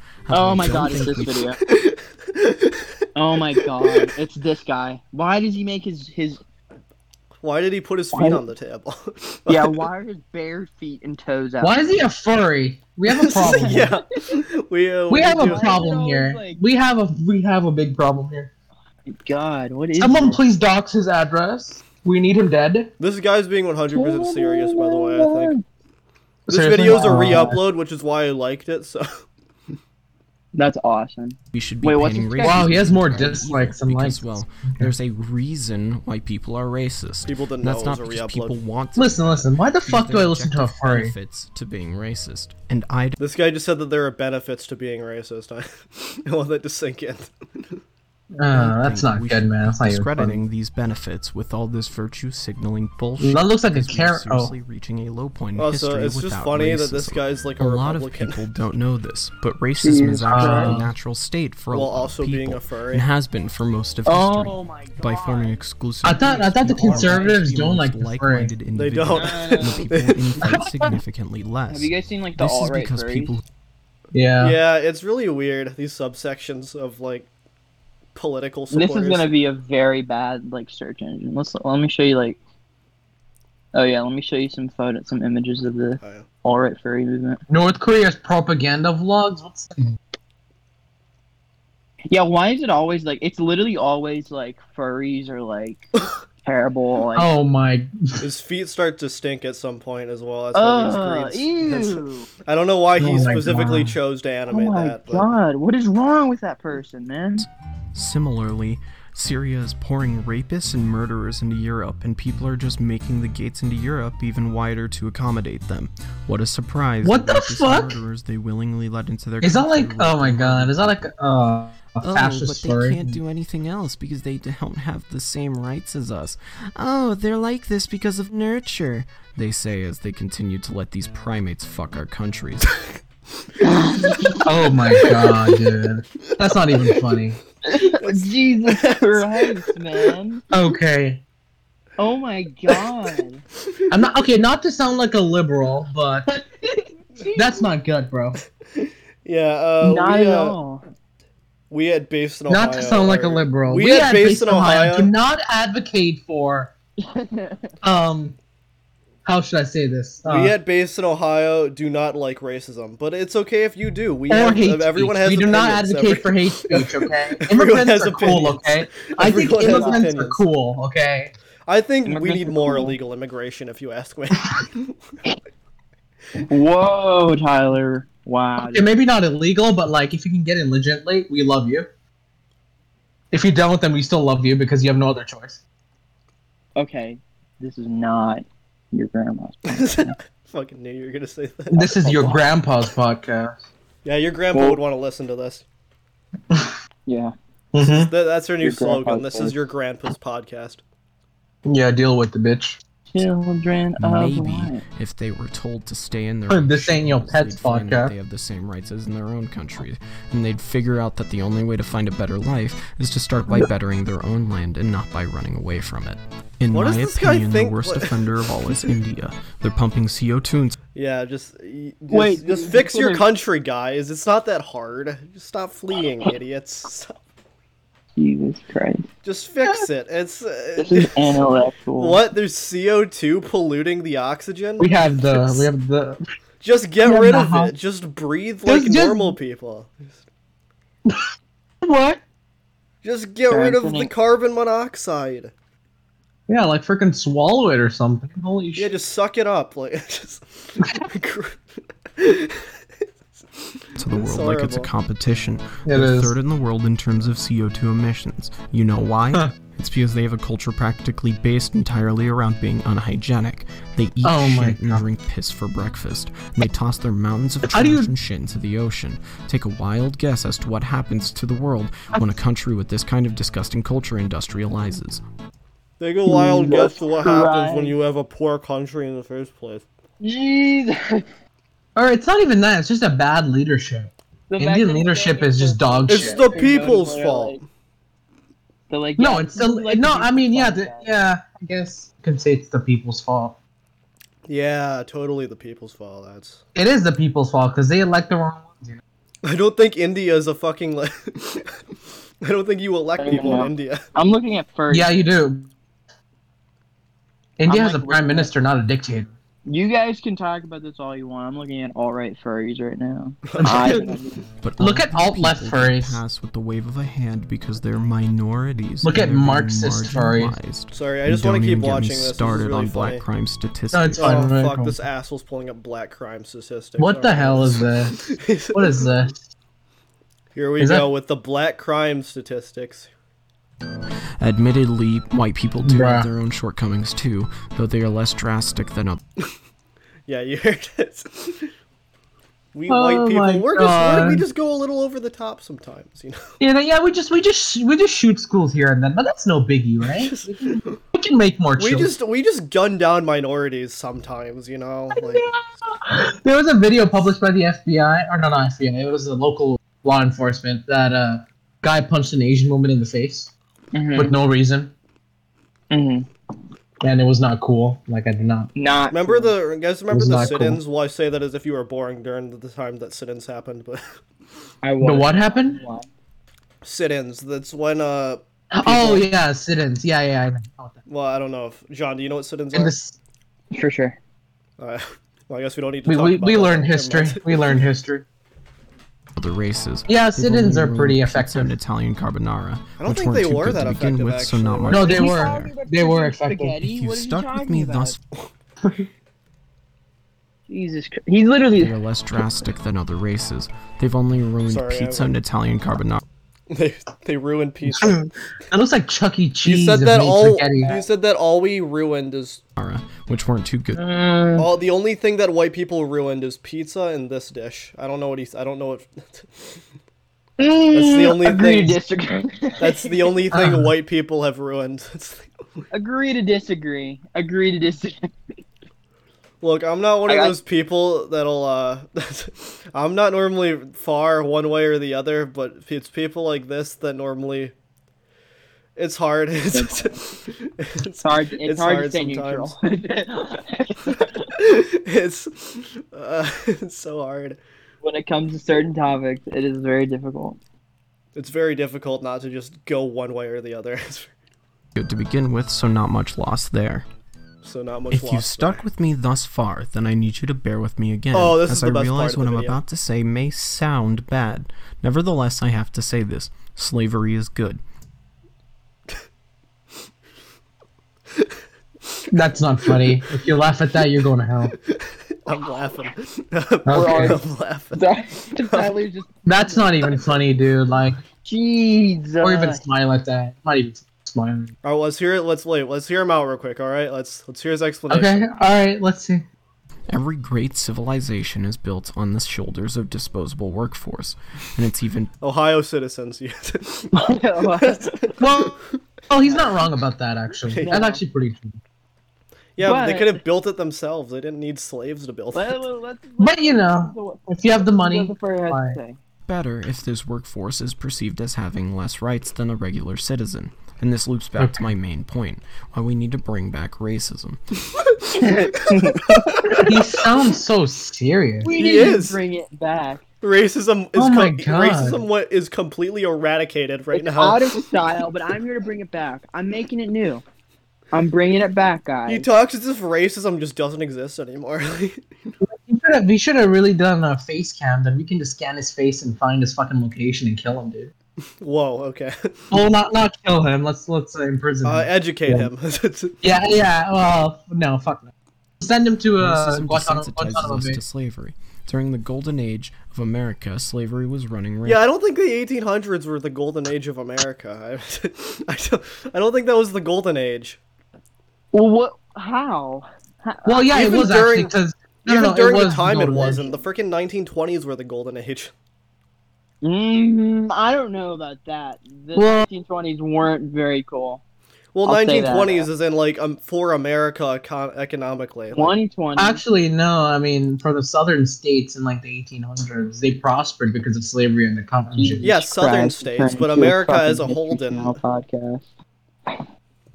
S7: However,
S1: Oh
S7: I
S1: my
S7: don't
S1: god,
S7: think
S1: it's this
S7: we-
S1: video. oh my god, it's this guy. Why does he make his his
S2: Why did he put his feet
S1: Why-
S2: on the table?
S1: yeah? Why are his bare feet and toes out?
S3: Why is he a furry? We have a problem. here.
S2: yeah, we uh,
S3: We have
S2: do-
S3: a
S1: it
S3: problem
S1: always
S3: here.
S1: like-
S3: We have a we have a big problem here.
S1: God, what is?
S3: Someone
S1: this?
S3: please dox his address. We need him dead.
S2: This guy's being 100% serious, by the way, I think. This
S3: Seriously?
S2: video's a
S3: Uh,
S2: re-upload, which is why I liked it, so...
S1: That's awesome.
S7: We should be
S1: Wait, what's
S7: painting
S1: this
S7: racism.
S1: guy-
S3: Wow, he has more
S7: as evil
S3: dislikes than likes.
S7: because, Well, there's a reason why people are racist.
S2: People didn't
S7: and that's
S2: know it
S7: not
S2: was a
S7: because
S2: re-upload.
S7: people want to.
S3: Listen, listen. Why the
S7: There's
S3: fuck do I listen to a
S7: objective
S3: furry?
S7: Benefits to being racist, and I d-
S2: This guy just said that there are benefits to being racist. I, I want that to sink in.
S3: Uh,
S7: don't
S3: that's
S7: think
S3: not
S7: we
S3: good,
S7: should
S3: man.
S7: be
S3: That's not even funny.
S7: discrediting these benefits with all this virtue signaling bullshit.
S3: That looks like a
S7: because we are
S3: carrot. Oh,
S7: seriously reaching a low point in
S2: Also,
S7: history
S2: it's just
S7: without
S2: funny
S7: racism.
S2: that this guy's like a,
S7: a lot of
S2: Republican.
S7: people don't know this, but racism is
S1: Jesus
S7: actually a
S3: Christ.
S7: natural state for a
S2: While
S7: lot
S2: also
S7: of people,
S2: being a furry.
S7: and has been for most of history.
S1: Oh my god.
S7: by forming exclusive.
S3: I thought- I
S7: groups,
S3: thought the
S7: people are
S3: conservatives
S7: actually
S3: don't
S7: amongst
S3: like the
S7: like-minded
S2: They
S7: individuals.
S2: don't.
S7: and the people infight significantly less.
S1: Have you guys seen like the
S7: this is
S1: alt right
S7: because people
S3: yeah.
S2: yeah, it's really weird, these subsections of, like, political
S1: This
S2: supporters.
S1: is gonna be a very bad like search engine. Let's let me show you like. Oh yeah, let me show you some photo, some images of the
S2: Oh, yeah.
S1: alt right furry movement.
S3: North Korea's propaganda vlogs. What's
S1: Yeah, why is it always like it's literally always like furries are like terrible. Like,
S3: Oh my.
S2: His feet start to stink at some point as well. That's how
S1: Ugh,
S2: these greens-
S1: Uh, ew!
S2: I don't know why he
S3: Oh my
S2: specifically
S3: God.
S2: chose to
S1: Oh
S2: animate
S1: my
S2: that. But
S1: god, what is wrong with that person, man?
S7: Similarly, Syria is pouring rapists and murderers into Europe, and people are just making the gates into Europe even wider to accommodate them. What a surprise!
S3: What the
S7: rapists and
S3: fuck?
S7: Murderers they willingly let into their.
S3: Is that
S7: country
S3: like?
S7: were
S3: Oh my
S7: converted
S3: god. Is that like a, uh, a
S7: Oh,
S3: fascist
S7: but they
S3: story?
S7: can't do anything else because they don't have the same rights as us. Oh, they're like this because of nurture, they say as they continue to let these primates fuck our countries.
S3: Oh my god, dude. That's not even funny.
S1: Jesus Christ, man!
S3: Okay.
S1: Oh my god!
S3: I'm not okay, not to sound like a liberal, but that's not good, bro.
S2: yeah, uh,
S1: Not
S2: we,
S1: at
S2: uh,
S1: all.
S2: we at Based in Ohio.
S3: Not to sound like a
S2: are-
S3: liberal.
S2: We, at Based in Ohio.
S3: do not advocate for um how should I say this?
S2: we
S3: Uh,
S2: at Based in Ohio do not like racism, but it's okay if you do. We
S3: or
S2: have,
S3: hate
S2: everyone
S3: speech.
S2: has
S3: we do not
S2: opinions.
S3: advocate
S2: Every-
S3: for hate speech, okay?
S2: Everyone has
S3: immigrants are cool,
S2: opinions.
S3: okay? I think
S2: Everyone has
S3: immigrants are
S2: opinions.
S3: cool, okay?
S2: I think we
S1: Immigrants
S2: need
S1: are
S2: more
S1: cool.
S2: illegal immigration, if you ask me.
S1: Whoa, Tyler! Wow.
S3: Okay, maybe not illegal, but like if you can get in legitimately, we love you. If you don't, then we still love you because you have no other choice.
S1: Okay, this is not your grandma's.
S2: Fucking knew you were gonna say that.
S3: This is your grandpa's podcast.
S2: Yeah, your grandpa
S1: Well-
S2: would want to listen to this.
S1: Yeah.
S2: Th- that's our new
S1: Mm-hmm. Your grandpa's
S2: slogan. This is
S1: voice.
S2: your grandpa's podcast.
S3: Yeah, deal with the bitch.
S1: Children of
S7: Maybe
S1: light.
S7: if they were told to stay in their
S3: Oh,
S7: own
S3: this ain't your
S7: shores, they'd
S3: pet's
S7: find out
S3: vodka.
S7: They have the same rights as in their own country, and they'd figure out that the only way to find a better life is to start by bettering their own land and not by running away from it. In
S2: What
S7: my
S2: does this guy
S7: opinion, the
S2: think-
S7: worst
S2: what-
S7: offender of all is India. They're pumping CO2 into
S2: Yeah, just, y- just
S1: Wait,
S2: just
S1: this
S2: fix your
S1: woman-
S2: country, guys. It's not that hard. Just stop fleeing, idiots. Stop.
S1: Jesus Christ.
S2: Just fix it. It's uh,
S1: This is intellectual.
S2: what? There's CO2 polluting the oxygen.
S3: We have the we have the
S2: just get
S3: Yeah,
S2: rid of
S3: nah.
S2: it. Just breathe like
S3: Just- just-
S2: normal people.
S3: what?
S2: Just get rid of the
S1: Strengthening-
S2: carbon monoxide.
S3: Yeah, like freaking swallow it or something. Holy
S2: Yeah,
S3: shit!
S2: just suck it up. Like just.
S7: the world
S2: It's
S7: like it's a
S2: horrible.
S7: competition.
S3: It
S7: They're
S3: is.
S7: third in the world in terms of CO2 emissions. You know why?
S3: Huh.
S7: It's because they have a culture practically based entirely around being unhygienic. They eat
S3: Oh my
S7: shit and
S3: God.
S7: drink piss for breakfast. And they toss their mountains of
S3: How
S7: trash
S3: do you-
S7: and shit into the ocean. Take a wild guess as to what happens to the world when a country with this kind of disgusting culture industrializes.
S2: Take a wild
S1: Jesus
S2: guess to what happens when
S1: Christ.
S2: you have a poor country in the first place.
S1: Jesus.
S3: Or it's not even that. It's just a bad leadership.
S1: The fact that
S3: Indian
S1: it's
S3: leadership
S1: like-
S3: is just dog
S2: It's
S3: shit.
S2: the
S1: They're
S2: people's
S1: known for,
S2: fault.
S1: like- they're like,
S3: no,
S1: yeah,
S3: it's
S1: we
S3: the
S1: like to
S3: no.
S1: do
S3: I mean,
S1: stuff
S3: yeah,
S1: like
S3: the,
S1: that.
S3: yeah. I guess you can say it's the people's fault.
S2: Yeah, totally the people's fault. That's.
S3: It is the people's fault because they elect the wrong ones. you know?
S2: I don't think India is a fucking. Like, I don't think you elect
S1: I don't
S2: people
S1: know.
S2: in India.
S1: I'm looking at first.
S3: Yeah, you do. India
S1: I'm
S3: has
S1: like
S3: a prime
S1: looking at-
S3: minister, not a dictator.
S1: You guys can talk about this all you want. I'm looking at all right furries right now. I,
S7: But
S3: Look at
S7: all these
S3: alt-left
S7: people can
S3: furries.
S7: Pass with the wave of a hand because they're minorities.
S3: Look
S7: and
S3: at
S7: they're being
S3: Marxist furries.
S7: marginalized.
S2: Sorry, I
S7: And
S2: just want
S7: don't
S2: to keep
S7: even get me
S2: watching this. This is
S7: Started
S2: really
S7: on
S2: funny.
S7: black crime statistics.
S3: No, it's fine.
S2: Oh
S3: very
S2: fuck!
S3: cool.
S2: This asshole's pulling up black crime statistics.
S3: What the
S2: Alright.
S3: hell is this? What is this?
S2: Here we
S3: Is that-
S2: go with the black crime statistics.
S7: Admittedly, white people do
S3: Bruh.
S7: have their own shortcomings too, though they are less drastic than others.
S2: Yeah, you heard it. We
S3: Oh
S2: white
S3: my
S2: people, we're just we
S3: God.
S2: just go a little over the top sometimes, you know.
S3: Yeah, yeah, we just we just we just shoot schools here and then, but that's no biggie, right? we can make more
S2: We
S3: children.
S2: just we just gun down minorities sometimes, you know. Like,
S3: There was a video published by the FBI, or no, not FBI. It was the local law enforcement that uh, guy punched an Asian woman in the face
S1: Mm-hmm,
S3: with no reason,
S1: hmm
S3: and it was not cool. Like I did not.
S1: Not
S2: remember the guys remember
S3: was
S2: the
S3: not
S2: sit-ins? Well, I say that as if you were boring during the time that sit-ins happened, but
S1: I
S3: The
S1: was.
S3: what happened?
S2: sit-ins. That's when uh,
S3: Oh yeah, sit-ins. Yeah, yeah. I know about that.
S2: well, I don't know if John, do you know what sit-ins
S3: And
S2: are?
S3: this,
S1: For sure.
S2: Uh, well, I guess we don't need to.
S3: we
S2: talk
S3: we,
S2: about
S3: we
S2: that.
S3: learned
S2: Never
S3: history.
S2: mind.
S3: We learned history.
S7: Other races.
S3: Yeah,
S7: They've
S3: sit-ins
S7: only
S3: are
S7: really
S3: pretty
S7: pizza
S3: effective.
S7: and Italian carbonara.
S2: don't
S7: which
S2: think
S7: weren't
S2: they
S7: too
S2: were
S7: good
S2: that
S7: to begin
S2: effective,
S7: with, so not
S2: actually.
S7: much.
S3: No, they
S7: was
S3: were.
S7: there.
S3: They were effective.
S1: Spaghetti?
S7: If you
S1: What are you
S7: stuck with
S1: talking
S7: me
S1: about?
S7: thus
S1: Jesus Christ. He's literally.
S7: they are less drastic than other races. They've only ruined
S2: Sorry, I
S7: pizza and Italian carbonara.
S2: They they ruined pizza.
S3: That looks like Chuck E.
S2: You
S3: Cheese.
S2: said
S3: if
S2: that
S3: made
S2: all.
S3: spaghetti.
S2: You said that all we ruined is
S7: which weren't too good.
S3: Mm.
S2: all. The only thing that white people ruined is pizza and this dish. I don't know what he's. I don't know what.
S1: That's
S2: the only
S1: Mm, Agree
S2: thing-
S1: to disagree.
S2: That's the only thing white people have ruined. It's-
S1: Agree to disagree. Agree to disagree.
S2: Look, I'm not one of
S1: I- I-
S2: those people that'll. uh... I'm not normally far one way or the other, but it's people like this that normally. It's hard. It's, it's
S1: It's hard. It's,
S2: It's
S1: hard, to
S2: hard
S1: stay
S2: sometimes.
S1: neutral
S2: it's, uh, it's so hard.
S1: when it comes to certain topics. It is very difficult.
S2: It's very difficult not to just go one way or the other. It's-
S7: good to begin with, so not much loss there.
S2: so not much.
S7: If
S2: loss
S7: you stuck with me thus far, then I need you to bear with me again.
S2: Oh, this
S7: as
S2: is the
S7: I
S2: best part
S7: realize
S2: of
S7: what
S2: the
S7: I'm
S2: video.
S7: about to say may sound bad. Nevertheless, I have to say this: slavery is good.
S3: That's not funny. if you laugh at that, you're going to hell.
S2: there. I'm laughing.
S3: Okay.
S2: I'm laughing.
S1: Tyler's just
S3: That's not even funny, dude. Like,
S1: Jesus.
S3: or even smile at that. Not even smiling.
S2: All right, let's hear it. Let's wait. Let's hear him out real quick. All right, let's let's hear his explanation.
S3: Okay, alright, let's see.
S7: Every great civilization is built on the shoulders of disposable workforce, and it's even
S2: Ohio citizens. you-
S3: Well, oh, he's not wrong about that, actually. That's actually pretty true.
S2: yeah, but they
S1: But-
S2: could have built it themselves. They didn't need slaves to build it.
S3: But, you know, if you have the money, fine.
S7: better if this workforce is perceived as having less rights than a regular citizen. And this loops back to my main point: why we need to bring back racism.
S3: he sounds so serious.
S1: We
S2: He
S1: need to
S2: is.
S1: bring it back.
S2: Racism is
S3: Oh
S2: com-
S3: my God.
S2: racism what is completely eradicated right
S1: It's
S2: now.
S1: out of style, but I'm here to bring it back. I'm making it new. I'm bringing it back, guys.
S2: he talks as if racism just doesn't exist anymore.
S3: He should have- We should have really done a face cam, then we can just scan his face and find his fucking location and kill him, dude.
S2: Whoa. Okay.
S3: Well, not not kill him. Let's let's uh, imprison him.
S2: Uh, educate
S3: Hmm. Yeah.
S2: him.
S3: yeah, yeah. Well, no, fuck no. Send him to uh,
S7: Racism
S3: Guantanamo.
S7: desensitizes
S3: Guantanamo
S7: us
S3: Bay.
S7: to slavery. During the golden age of America, slavery was running rampant.
S2: Yeah, I don't think the 1800s were the golden age of America. I, I, don't, I don't think that was the golden age.
S1: well, what? How?
S3: Well, yeah,
S2: Even
S3: it was
S2: during-
S3: actually because no,
S2: Even
S3: no,
S2: during
S3: it
S2: the
S3: was
S2: time, it
S3: golden age.
S2: wasn't. The freaking 1920s were the golden age.
S1: Mm, I don't know about that. The
S3: Well-
S1: 1920s weren't very cool.
S2: Well,
S1: I'll say that.
S2: 1920s is in like um, for America econ- economically. Like,
S1: 2020.
S3: Actually, no. I mean, for the southern states in like the 1800s, they prospered because of slavery and the colonization.
S2: yeah, southern
S1: Christ,
S2: states,
S1: turn
S2: but
S1: into a
S2: America
S1: fucking
S2: as a whole
S1: History Channel
S2: didn't.
S1: podcast.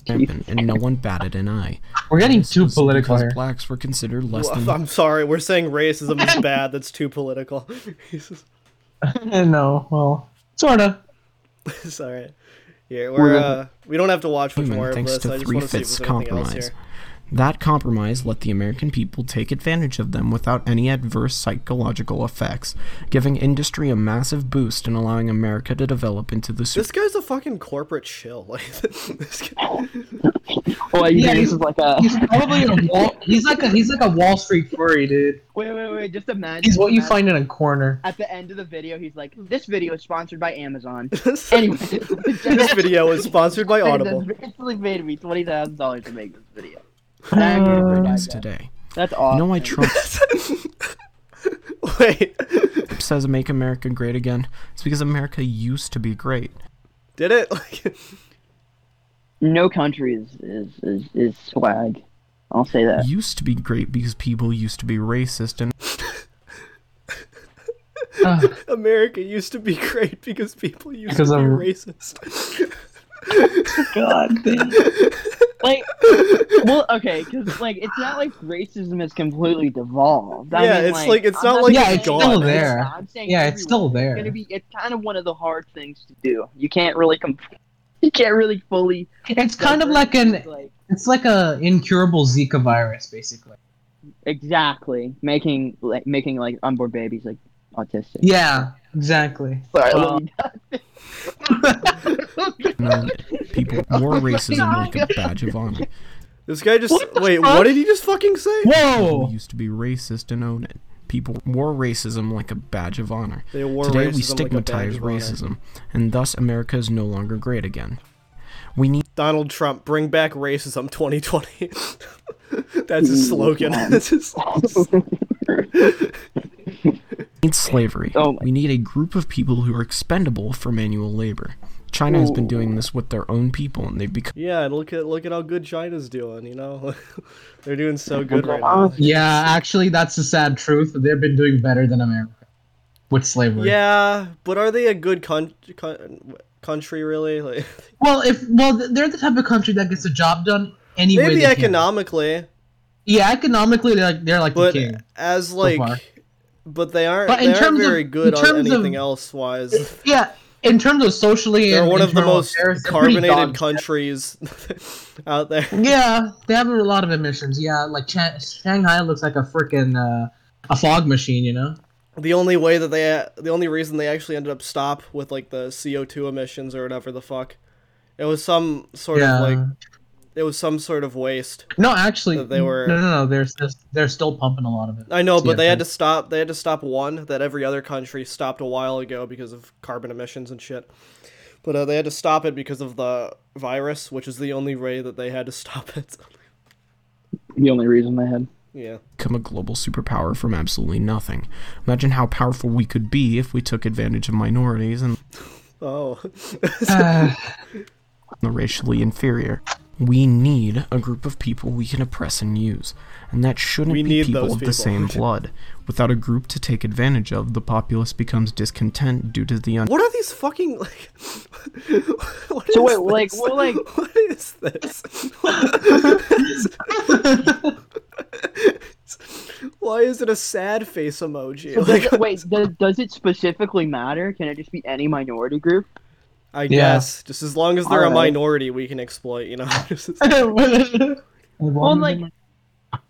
S7: rampant, and no one batted an eye.
S3: we're getting
S7: This
S3: too
S7: was
S3: political
S7: because
S3: here.
S7: blacks were considered less
S2: Well,
S7: than
S2: I'm sorry, we're saying racism is bad. That's too political.
S3: no, well, sorta.
S2: sorry. Yeah, we're uh, we don't have to watch much
S7: human
S2: more of
S7: thanks
S2: this. I
S7: to
S2: just
S7: three
S2: want to see if
S7: fifths
S2: there's anything else
S7: compromise.
S2: here.
S7: That compromise let the American people take advantage of them without any adverse psychological effects, giving industry a massive boost and allowing America to develop into the
S2: This guy's a fucking corporate shill. Like this guy,
S1: Well, you
S3: Yeah,
S1: think
S3: he-
S1: this is like a.
S3: He's probably a wall. He's like a he's like a Wall Street furry, dude.
S1: Wait, wait, wait. Just imagine.
S3: He's what you
S1: imagine
S3: find in a corner.
S1: At the end of the video, he's
S2: Mm.
S1: like, "This video is sponsored by Amazon."
S2: this
S1: Anyway,
S2: video is sponsored by Audible.
S1: It's like made me twenty thousand dollars to make this video.
S7: Americans today.
S1: That's
S7: You
S1: awesome.
S7: know why Trump
S2: Wait,
S7: says "Make America Great Again"? It's because America used to be great.
S2: did it? Like,
S1: no country is is, is is swag. I'll say that.
S7: Used to be great because people used to be racist and
S3: Ugh.
S2: America used to be great because people used
S3: Because
S2: to be
S3: I'm-
S2: racist.
S3: God damn.
S1: Like, well, okay, because like it's not like racism is completely devolved. I
S2: Yeah,
S1: mean,
S2: it's like- it's
S1: I'm
S2: not like
S3: Yeah,
S1: saying
S3: it's still
S2: God.
S3: there.
S1: not. I'm saying
S3: Yeah, it's
S1: everywhere.
S3: still
S1: It's
S3: there.
S1: gonna be. It's kind of one of the hard things to do. You can't really com- You can't really fully.
S3: It's kind of like an
S1: Like,
S3: it's like a incurable Zika virus, basically.
S1: exactly making like making like unborn babies like autistic.
S3: Yeah, exactly.
S1: Sorry,
S3: Uh,
S1: let me-
S7: known people
S2: Oh
S7: more racism like a badge of honor.
S2: This guy just
S3: What the
S2: wait.
S3: fuck?
S2: What did he just fucking say?
S7: People
S3: Whoa!
S7: used to be racist and own it. People wore racism like a badge of honor.
S2: They wore racism
S7: Today we
S2: like a badge
S7: stigmatize
S2: of honor.
S7: racism, and thus America is no longer great again. We need
S2: Donald Trump, bring back racism 2020. That's his slogan. That's his
S7: slavery.
S1: Oh my-
S7: we need a group of people who are expendable for manual labor. China has been doing this with their own people, and they've become
S2: yeah, and look at look at how good China's doing. You know, they're doing so good right now.
S1: Honestly,
S3: Yeah, actually, that's the sad truth. They've been doing better than America with slavery.
S2: Yeah, but are they a good con- con- country really? Like,
S3: Well, if well, th- they're the type of country that gets the job done anyway.
S2: maybe
S3: they can.
S2: economically,
S3: Yeah, economically, they're like they're like
S2: but
S3: the king.
S2: as like,
S3: far.
S2: but they aren't.
S3: But in
S2: they aren't
S3: terms of-
S2: very
S3: in
S2: good on
S3: terms of-
S2: anything else. Wise,
S3: Yeah, in terms of socially,
S2: they're
S3: and
S2: one of the
S3: internal
S2: most
S3: affairs, they're pretty
S2: carbonated
S3: dog
S2: countries out there.
S3: shit. Yeah, they have a lot of emissions. Yeah, like Cha- Shanghai looks like a freaking uh, a fog machine. You know.
S2: the only way that they the only reason they actually ended up stop with like the CO2 emissions or whatever the fuck it was some sort
S3: yeah.
S2: of like it was some sort of waste
S3: no, actually,
S2: that they were-
S3: No, no, no. They're s- they're still pumping a lot of it.
S2: I know but they had
S3: CO2.
S2: to stop they had to stop one that every other country stopped a while ago because of carbon emissions and shit but uh, they had to stop it because of the virus which is the only way that they had to stop it
S1: the only reason they had.
S2: yeah
S7: become a global superpower from absolutely nothing. Imagine how powerful we could be if we took advantage of minorities and
S2: oh
S3: Uh,
S7: the racially inferior. We need a group of people we can oppress and use, and that shouldn't
S2: We
S7: be
S2: need
S7: people
S2: those
S7: of the
S2: people.
S7: same blood. Without a group to take advantage of, the populace becomes discontent due to the un-
S2: what are these fucking like what
S1: So
S2: is
S1: wait, like,
S2: this?
S1: well, like-
S2: what is this Why is it a sad face emoji? Like,
S1: Wait, does, does it specifically matter? Can it just be any minority group?
S2: I guess just as long as they're a
S1: Alright.
S2: minority, we can exploit. You know, Just as-
S1: Well, like,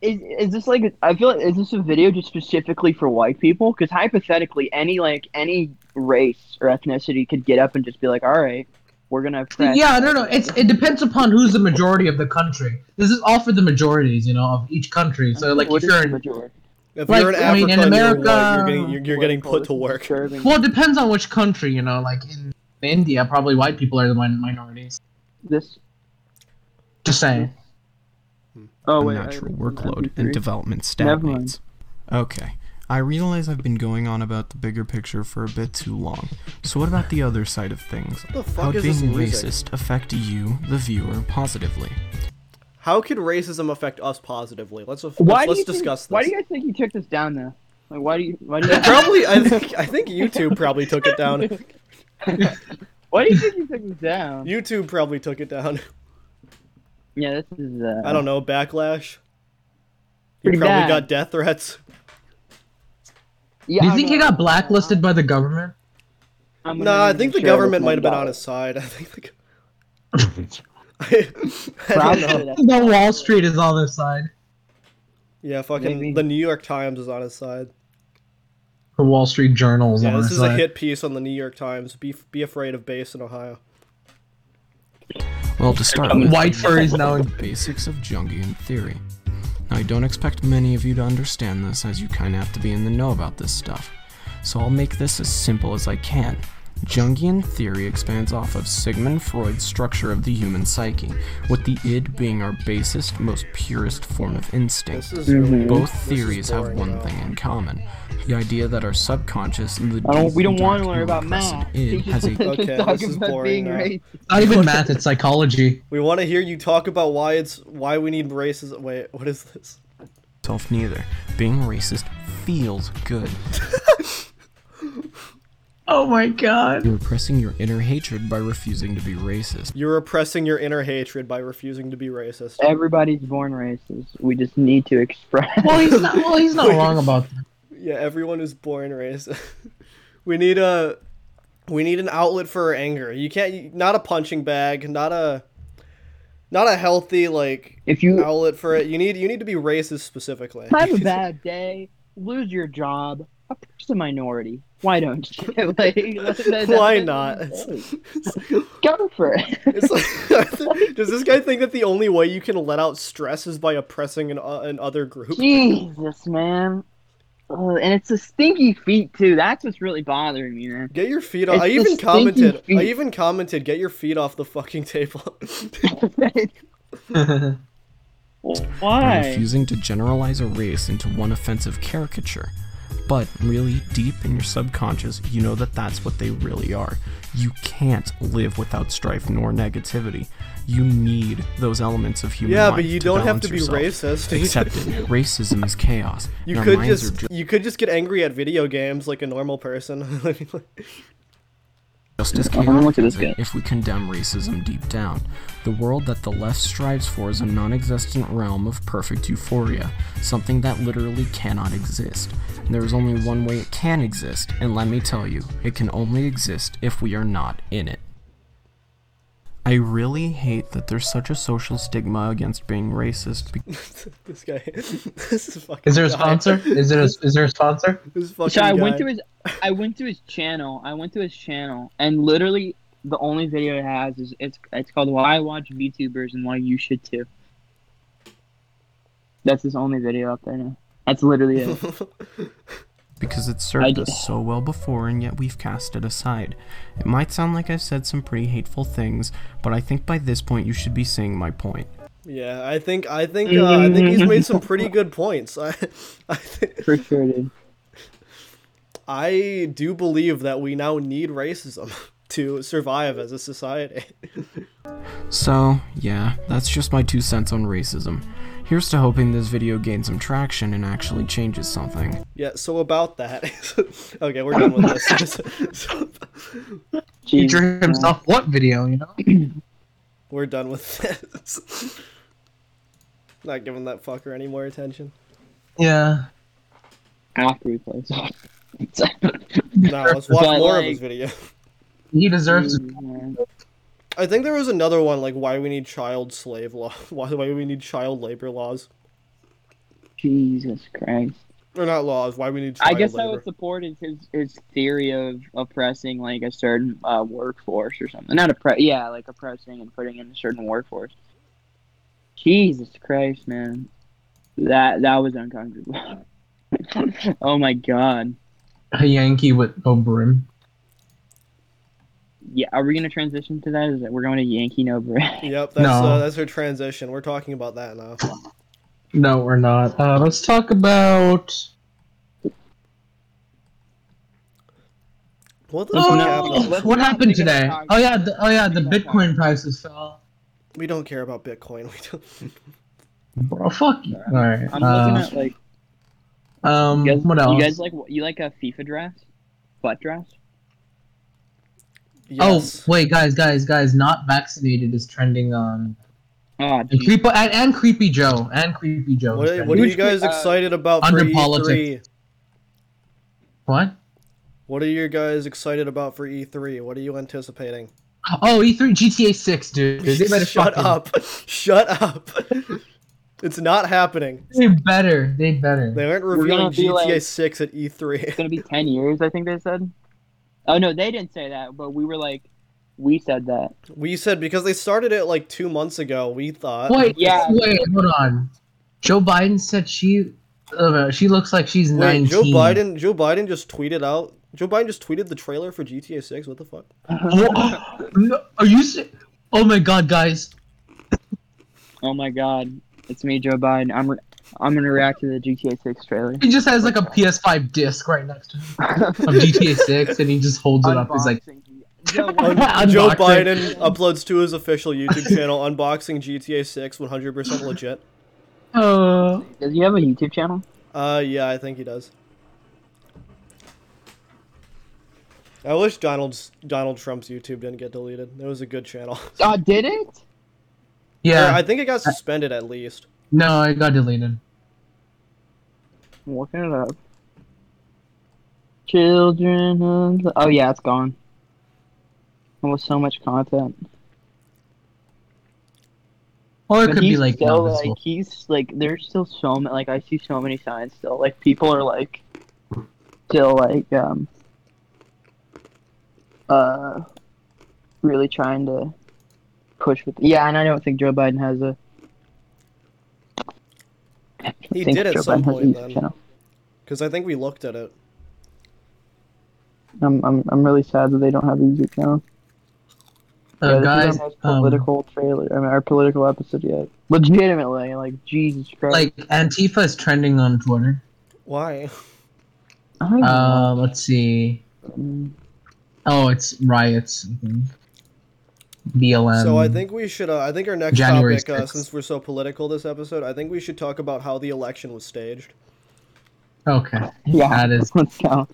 S1: is, is this like I feel like is this a video just specifically for white people? Because hypothetically, any like any race or ethnicity could get up and just be like, "All right, we're gonna." Oppress.
S3: yeah, no, no. It's it depends upon who's the majority of the country. This is all for the majorities, you know, of each country. So like,
S1: What
S3: if
S1: is
S3: you're
S1: the
S3: in,
S1: majority?
S2: if
S3: Like,
S2: you're in
S3: I
S2: Africa,
S3: mean, in
S2: and you're white,
S3: America-
S2: you're getting you're, you're getting put to work.
S1: Disturbing.
S3: well, it depends on which country, you know. Like in India, probably white people are the min- minorities.
S1: This.
S3: Just saying.
S1: Oh wait. I-
S7: unnatural
S1: I'm
S7: workload and
S1: three.
S7: development
S1: Never mind.
S7: stagnates. Okay, I realize I've been going on about the bigger picture for a bit too long. So what about the other side of things?
S2: What the
S7: How
S2: fuck
S7: did
S2: is this
S7: being
S2: music?
S7: racist affect you, the viewer, positively?
S2: How could racism affect us positively? Let's let's,
S1: Why do
S2: let's
S1: you
S2: discuss
S1: think, Why do
S2: this.
S1: you guys think you took this down though? Like, why do you? Why do you?
S2: Probably, I think I think YouTube probably took it down.
S1: why do you think you took this down?
S2: YouTube probably took it down.
S1: yeah, this is. Uh,
S2: I don't know, backlash. You
S1: Pretty
S2: probably
S1: bad.
S2: got death threats.
S1: Yeah,
S3: you
S1: I
S3: think
S1: know.
S3: he got blacklisted by the government?
S1: I'm
S2: No,
S1: gonna
S2: I
S1: need
S2: think
S1: to
S2: the
S1: share this
S2: government might have been
S1: $1.
S2: on his side. I think the, I, don't know.
S1: Probably.
S3: The Wall Street is on their side.
S2: Yeah, fucking
S1: Maybe.
S2: the New York Times is on his side.
S3: The Wall Street Journal is
S2: Yeah,
S3: on
S2: this
S3: their
S2: is a
S3: side.
S2: hit piece on the New York Times. Be be afraid of bass in Ohio.
S7: Well, to start, with,
S3: White fur is now in
S7: basics of Jungian theory. Now, I don't expect many of you to understand this, as you kind of have to be in the know about this stuff. So I'll make this as simple as I can. Jungian theory expands off of Sigmund Freud's structure of the human psyche, with the id being our basest, most purest form of instinct.
S2: This is
S1: Mm-hmm.
S7: Both
S2: this is
S7: theories have
S2: boring,
S7: one
S2: though.
S7: thing in common: the idea that our subconscious, and the
S1: I don't, we don't
S7: deep,
S1: want to
S7: dark,
S1: learn about
S7: repressed
S1: math.
S7: id, has a
S2: Okay, this
S1: Talk
S2: is
S1: about being
S2: boring now.
S1: racist.
S3: not even math, it's psychology.
S2: We want to hear you talk about why it's why we need races. Wait, what is this?
S7: self neither. Being racist feels good.
S3: Oh my god.
S7: You're repressing your inner hatred by refusing to be racist.
S2: You're repressing your inner hatred by refusing to be racist.
S1: Everybody's born racist. We just need to express.
S3: Well, he's not. Well, he's not wrong about that.
S2: Yeah, everyone is born racist. we need a we need an outlet for our anger. You can't not a punching bag, not a not a healthy like
S1: If you
S2: outlet for it. You need you need to be racist specifically.
S1: have a bad day, lose your job, oppress a minority, why don't you? like, that's- that's-
S2: Why
S1: that's-
S2: not?
S1: Go for it.
S2: It's like, does this guy think that the only way you can let out stress is by oppressing an, uh, an other group?
S1: Jesus, man. Oh, and it's a stinky feet too. That's what's really bothering me, man.
S2: Get your feet off.
S1: It's
S2: I
S1: the
S2: even
S1: stinky
S2: commented. I
S1: feet.
S2: even commented. Get your feet off the fucking table.
S7: By
S1: Why?
S7: refusing to generalize a race into one offensive caricature. But really, deep in your subconscious, you know that that's what they really are. You can't live without strife nor negativity. You need those elements of human
S2: yeah,
S7: life
S2: but you don't have
S7: balance
S2: to be
S7: yourself. Accept
S2: racist.
S7: it. Racism is chaos.
S2: You
S7: and our
S2: could
S7: minds are
S2: just you could just get angry at video games like a normal person.
S7: just as
S1: I'm gonna look
S7: chaotic
S1: at
S7: as
S1: this
S7: it
S1: guy.
S7: if we condemn racism deep down. The world that the left strives for is a non existent realm of perfect euphoria, something that literally cannot exist. There is only one way it can exist, and let me tell you, it can only exist if we are not in it. I really hate that there's such a social stigma against being racist because
S2: this guy, this is fucking.
S3: Is there a
S2: guy.
S3: sponsor? Is there a, is there a sponsor?
S2: This fucking
S1: So I went
S2: guy.
S1: to his, I went to his channel. I went to his channel, and literally the only video it has is it's it's called "Why I Watch VTubers and Why You Should Too." That's his only video up there now. That's literally it.
S7: because it
S1: I
S7: served
S1: d-
S7: us so well before and yet we've cast it aside. It might sound like I've said some pretty hateful things, but I think by this point you should be seeing my point.
S2: Yeah, I think I think uh, I think he's made some pretty good points. I, I, thi-
S1: For sure, dude.
S2: I do believe that we now need racism to survive as a society.
S7: So, yeah, that's just my two cents on racism. Here's to hoping this video gains some traction and actually changes something.
S2: Yeah. So about that. okay, we're done with this. So-
S1: Jesus,
S3: Feature himself. What video? You know.
S2: we're done with this. Not giving that fucker any more attention.
S3: Yeah.
S1: man. After we play soccer.
S2: No, let's watch
S1: But,
S2: more
S1: like-
S2: of his video.
S3: He deserves.
S1: Man.
S2: I think there was another one like why we need child slave law, why why we need child labor laws,
S1: Jesus Christ.
S2: or not laws, why we need child
S1: I guess I
S2: labor.
S1: would support his, his his theory of oppressing like a certain uh, workforce or something. Not oppre- yeah, like oppressing and putting in a certain workforce. Jesus Christ, man, that that was uncomfortable. oh my God,
S3: A Yankee with no brim.
S1: yeah. Are we gonna transition to that? Is that we're going to Yankee No Bread?
S2: Yep, that's
S3: No.
S2: uh, that's her transition. We're talking about that now.
S3: No, we're not. Uh, let's talk about.
S2: What the
S1: Let's
S2: fuck
S1: not-
S2: happened?
S1: let's
S3: Oh, what
S1: not
S3: happened
S1: think about
S3: today?
S1: Congress.
S3: Oh yeah, the, oh yeah, the
S1: Think about
S3: Bitcoin prices fell.
S2: We don't care about Bitcoin. We
S3: Bro, fuck you. All right.
S1: I'm
S3: uh,
S1: looking at like
S3: um,
S1: you guys,
S3: what else?
S1: you guys like you like a FIFA dress, butt dress.
S2: don't.
S3: oh
S2: Yes.
S3: wait, guys, guys, guys! Not vaccinated is trending on.
S1: Oh,
S3: And
S1: geez.
S3: creepy and, and creepy Joe and creepy Joe.
S2: what
S3: is
S2: are,
S3: trending.
S2: what are you
S1: Which we-
S2: guys
S1: uh,
S2: excited about for E
S3: under
S2: E3?
S3: politics. What?
S2: E What are you guys excited about for E3? What are you anticipating?
S3: Oh, E3 GTA 6, dude. They better
S2: Shut
S3: fucking-
S2: up. Shut up. it's not happening.
S3: They better. They better.
S2: They aren't
S1: We're gonna
S2: revealing
S1: be
S2: GTA
S1: like-
S2: 6 at E E3.
S1: It's gonna be ten years, I think they said. Oh no, they didn't say that, but we were like, we said that.
S2: we said because they started it like two months ago, we thought.
S3: Wait,
S1: Yeah.
S3: wait, hold on. Joe Biden said she, uh, she looks like she's
S2: Wait,
S3: 19.
S2: Joe Biden Joe Biden just tweeted out Joe Biden just tweeted the trailer for GTA 6. What the fuck?
S3: Oh, no, are you? se- Oh my God, guys!
S1: Oh my god, it's me, Joe Biden. I'm re- I'm gonna react to the GTA 6 trailer.
S3: He just has like a PS5 disc right next to him of GTA 6, and he just holds it up. He's like,
S1: Unboxing. Joe, what-
S3: Unboxing.
S2: Joe Biden uploads to his official YouTube channel unboxing GTA 6 100% legit.
S3: "Oh,
S1: does he have a YouTube channel?
S2: Uh yeah, I think he does. I wish Donald's Donald Trump's YouTube didn't get deleted. It was a good channel.
S1: Uh, did it?
S2: Or
S3: yeah."
S2: I think it got suspended at least.
S3: No, I got deleted.
S1: I'm looking it up. Children of the- Oh yeah, it's gone. Almost so much content.
S3: Or it
S1: But
S3: could be
S1: he's
S3: like,
S1: still,
S3: no, this
S1: like
S3: will-
S1: he's like there's still so many like I see so many signs still like people are like still like um uh really trying to push with yeah and I don't think Joe Biden has a I
S2: He
S1: think
S2: did at
S1: Joe
S2: some
S1: Biden has a
S2: point,
S1: YouTube
S2: then.
S1: channel.
S2: Because I think we looked at it.
S1: I'm, I'm I'm really sad that they don't have a YouTube channel.
S3: Uh,
S1: yeah, this
S3: guys,
S1: is our most
S3: um,
S1: political trailer. I mean, our political episode yet. Legitimately, like Jesus Christ.
S3: like Antifa is trending on Twitter.
S2: Why?
S1: I don't
S3: Uh, let's see.
S1: know.
S3: Oh, it's riots. I think. BLM.
S2: so I think we should. Uh, I think our next
S3: Um, January
S2: topic, uh,
S3: 6th.
S2: since we're so political this episode, I think we should talk about how the election was staged.
S3: Okay.
S1: yeah.
S3: That is.
S1: Let's go.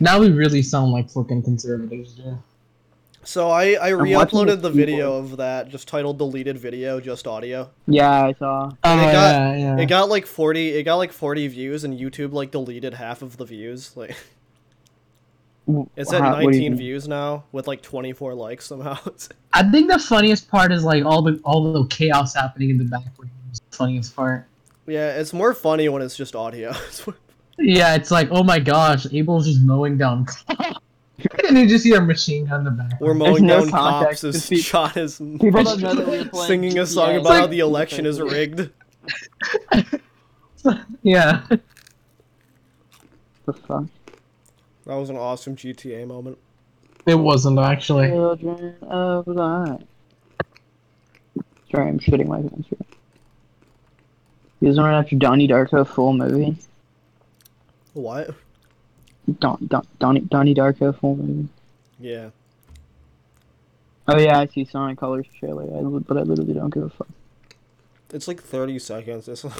S3: Now we really sound like fucking conservatives. Yeah.
S2: So I I
S1: watching
S2: re-uploaded
S1: the
S2: the video of that, just titled "Deleted Video," just audio.
S1: Yeah, I saw.
S3: Oh
S2: got-
S3: yeah, yeah.
S2: It got like forty. It got like forty views, and YouTube like deleted half of the views. Like it's at
S1: How- what do you
S2: nineteen
S1: mean?
S2: views now with like twenty four likes somehow. It's-
S3: I think the funniest part is like all the all the chaos happening in the background. Is the funniest part.
S2: yeah, it's more funny when it's just audio. It's-
S3: Yeah, it's like oh my gosh, Abel's just mowing down, and you just hear a machine gun in the back.
S2: We're mowing
S1: no
S2: down cops.
S1: context,
S2: This
S1: just pe-
S2: shot is
S1: People don't know that we were playing
S2: singing a song
S1: GTA.
S2: about how the election is rigged.
S3: yeah.
S1: The fuck?
S2: That was an awesome GTA moment.
S3: It wasn't actually.
S1: Children of light. Sorry, I'm shooting my pants here. He was running after Donnie Darko full movie.
S2: What?
S1: Don, Don, Donnie, Donnie Darko full movie.
S2: Yeah.
S1: Oh yeah, I see Sonic Colors trailer, I, li- but I literally don't give a fuck.
S2: It's like 30 seconds. It's I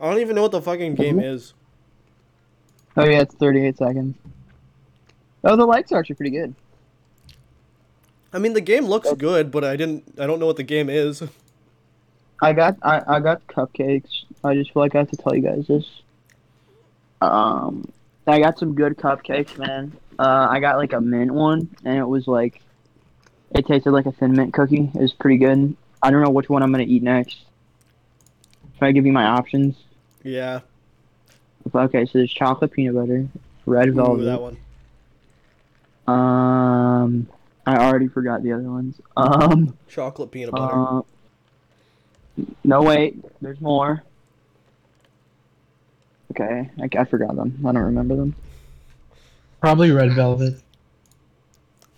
S2: don't even know what the
S1: Mm-hmm.
S2: fucking game is.
S1: Oh yeah, it's 38 seconds. Oh, the lights are actually pretty good.
S2: I mean, the game looks good, but I didn't. I don't know what the game is.
S1: I got I, I got cupcakes. I just feel like I have to tell you guys this. Um, I got some good cupcakes, man. Uh, I got like a mint one, and it was like, it tasted like a thin mint cookie. It was pretty good. I don't know which one I'm gonna eat next. Should I give you my options?
S2: Yeah.
S1: Okay, so there's chocolate peanut butter, red
S2: Ooh, that
S1: velvet.
S2: one.
S1: Um, I already forgot the other ones. Um.
S2: Chocolate peanut butter.
S1: Uh, no, wait. There's more. Okay, I, I forgot them. I don't remember them.
S3: Probably red velvet.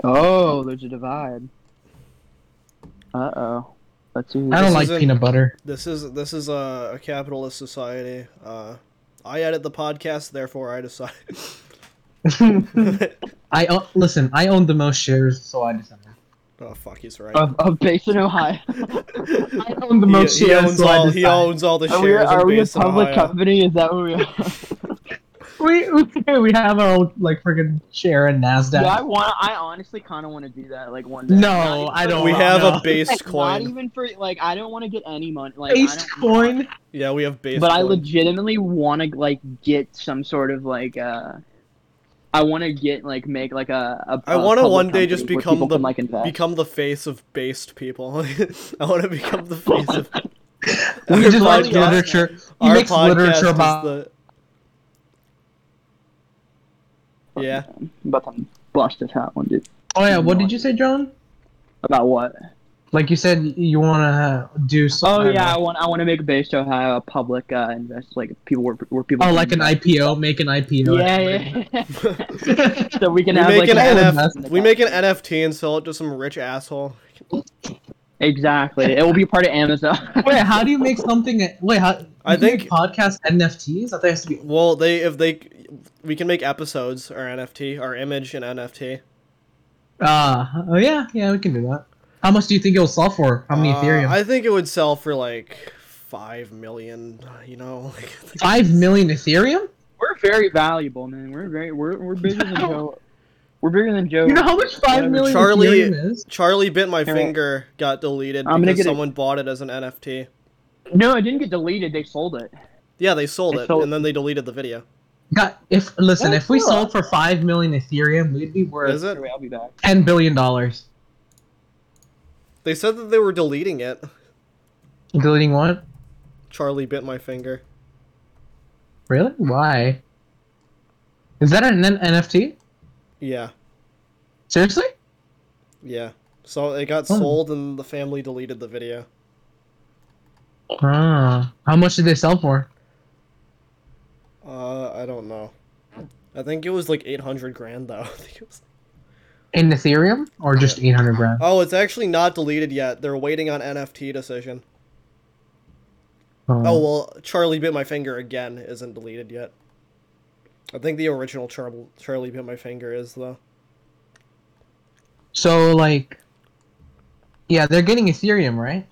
S1: Oh, there's a divide. Uh oh. Let's see. who-
S3: I don't
S2: This
S3: like
S2: isn't-
S3: peanut butter.
S2: this is this is a, a capitalist society. Uh, I edit the podcast, therefore I decide.
S3: I o- listen. I own the most shares, so I decided.
S2: oh fuck, he's right.
S1: Of, of Basin, Ohio.
S3: I own Uh, the
S2: He-
S3: most
S2: he,
S3: shares,
S2: owns
S3: so
S2: all,
S3: I
S2: he
S3: decided.
S2: owns all the
S1: are we,
S2: shares.
S1: are
S2: in
S1: we a
S2: Basin,
S1: public
S2: Ohio.
S1: company? Is that what we are?
S3: We, we we have our own like freaking share in Nasdaq.
S1: yeah, I want. I honestly kind of want to do that, like one day. Not
S3: no,
S1: even
S3: I
S1: for-
S3: don't.
S2: We have
S3: know.
S2: a base
S1: like, Not
S2: coin.
S1: even for like. I don't want to get any money. Like I
S3: base
S1: don't-
S3: coin.
S2: Yeah, we have base.
S1: but I
S2: coin.
S1: legitimately want to like get some sort of like uh I want to get like make like a. a
S2: I
S1: a
S2: want to
S1: public
S2: one day just
S1: company where
S2: become
S1: people
S2: the
S1: can, like invest.
S2: become the face of based people. I want to become the face of.
S3: We
S2: Our
S3: just like
S2: podcast-
S3: literature. He
S2: our
S3: makes
S2: podcast
S3: literature
S2: is
S3: about
S2: the- Yeah.
S1: But I'm bust this hot one, dude.
S3: Oh yeah, what did you say, John?
S1: About what?
S3: Like you said, you want to do
S1: Oh
S3: something.
S1: yeah, I want I want to make based Ohio a public uh, invest like people where, where people.
S3: Oh,
S1: can
S3: like an
S1: invest.
S3: IPO, make an IPO.
S1: Yeah, yeah. so we can
S2: We
S1: have
S2: make
S1: like
S2: an
S1: a-
S2: NF- we make an NFT and sell it to some rich asshole.
S1: exactly. It will be part of Amazon.
S3: Wait, how do you make something? Wait, how?
S2: I
S3: you can
S2: think-
S3: make podcast NFTs. I think it has to be.
S2: Well, they if they we can make episodes or NFT, our image and NFT.
S3: Uh, oh yeah, yeah, we can do that. How much do you think it'll sell for? How many
S2: Uh,
S3: Ethereum?
S2: I think it would sell for like five million. You know, like,
S3: Five million Ethereum?
S1: we're very valuable, man. We're very we're we're bigger than Joe. We're bigger than Joe.
S3: You know how much five million
S2: Charlie-
S3: Ethereum is?
S2: Charlie bit my
S1: Here.
S2: finger, got deleted
S1: I'm gonna
S2: because
S1: get it.
S2: someone bought it as an NFT.
S1: no, it didn't get deleted. They sold it.
S2: Yeah, they sold
S1: They
S2: it
S1: sold-
S2: and then they deleted the video.
S3: God, if listen,
S1: That's
S3: if we
S1: cool.
S3: sold for five million Ethereum, we'd be
S2: Is
S3: worth
S2: it?
S1: Anyway, I'll be back.
S3: ten billion dollars.
S2: They said that they were deleting it.
S3: Including what?
S2: Charlie bit my finger.
S3: Really? Why? Is that an N- NFT?
S2: Yeah,
S3: Seriously?
S2: yeah. So it got
S3: Oh.
S2: sold and the family deleted the video.
S3: Ah, how much did they sell for?
S2: Uh, I don't know. I think it was like 800 grand though. I think it was
S3: In Ethereum or just eight hundred grand?
S2: Oh, it's actually not deleted yet. They're waiting on NFT decision.
S3: Hmm.
S2: Oh well, Charlie bit my finger again isn't deleted yet. I think the original Char- Charlie bit my finger is though.
S3: So like, yeah, they're getting Ethereum, right?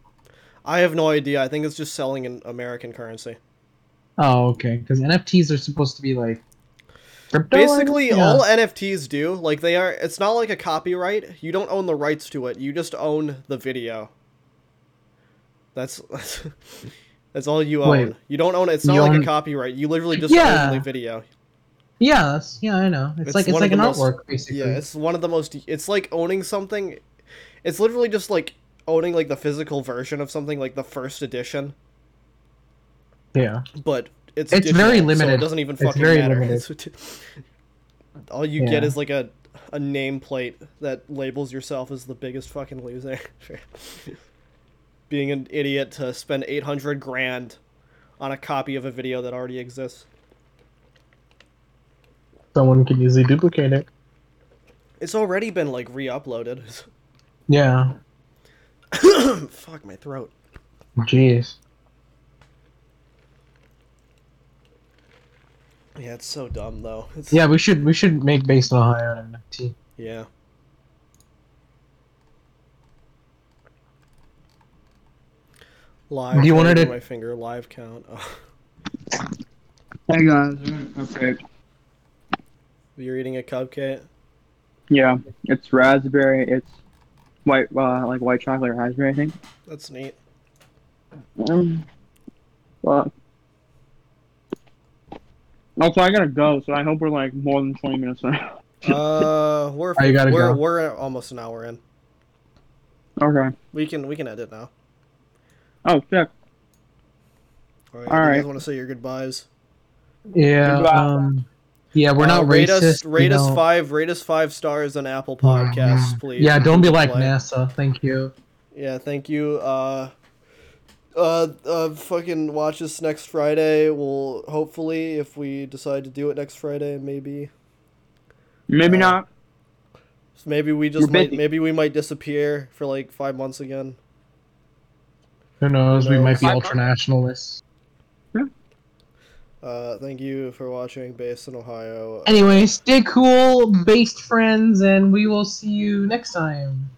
S2: I have no idea. I think it's just selling in American currency.
S3: Oh, okay. Because NFTs are supposed to be like crypto. I guess?
S2: Basically,
S3: Yeah.
S2: all NFTs do, like they are, it's not like a copyright. You don't own the rights to it. You just own the video. That's that's, all you own.
S3: Wait.
S2: You don't own it. It's not
S3: You
S2: like
S3: own-
S2: a copyright. You literally just
S3: Yeah.
S2: own the video.
S3: Yeah, that's, yeah, I know. It's,
S2: It's
S3: like it's
S2: one of
S3: like an
S2: the most-
S3: artwork, basically.
S2: Yeah, it's one of the most. It's like owning something. It's literally just like owning like the physical version of something, like the first edition.
S3: yeah.
S2: But it's
S3: It's
S2: digital,
S3: very
S2: so
S3: limited.
S2: it doesn't even
S3: It's
S2: fucking
S3: very
S2: matter.
S3: limited.
S2: It's rid- All you get
S3: Yeah.
S2: is like a a nameplate that labels yourself as the biggest fucking loser. Being an idiot to spend eight hundred grand on a copy of a video that already exists.
S3: Someone can easily duplicate it.
S2: It's already been like re-uploaded.
S3: Yeah.
S2: Fuck my throat.
S3: Jeez.
S2: Yeah, it's so dumb though. It's,
S3: Yeah, we should we should make based on Ohio an NFT.
S2: Yeah. Live.
S3: Do you want
S2: I
S3: it
S2: did
S3: to-
S2: my finger live count? Oh,
S1: Hey guys, okay.
S2: you're eating a cupcake.
S1: Yeah, it's raspberry. It's white, uh, like white chocolate or raspberry, I think.
S2: That's neat.
S1: Um, well, also I gotta go, so I hope we're like more than twenty minutes. in.
S2: Uh, we're
S3: Oh, you gotta
S2: we're
S3: go.
S2: we're almost an hour in.
S1: okay.
S2: We can we can edit now.
S1: Oh, check.
S2: All right.
S1: All
S2: you
S1: right.
S2: guys want to say your goodbyes?
S3: Yeah.
S1: Goodbye.
S3: Um, yeah, we're
S2: Uh,
S3: not
S2: rate
S3: racist.
S2: Us, rate
S3: you
S2: us
S3: know.
S2: five. Rate us five stars on Apple
S3: Oh,
S2: Podcasts,
S3: man.
S2: please.
S3: Yeah, don't be like
S2: Play.
S3: NASA. Thank you.
S2: Yeah, thank you. Uh, uh, uh, fucking watch us next Friday. We'll hopefully, if we decide to do it next Friday, maybe,
S1: Maybe
S2: Uh,
S1: not.
S2: maybe we just
S1: We're
S2: might,
S1: busy.
S2: maybe we might disappear for like five months again.
S3: Who knows? We
S2: Who
S3: might be
S1: knows?
S3: ultranationalists.
S2: Uh, thank you for watching, based in Ohio.
S3: Anyway, stay cool, based friends, and we will see you next time.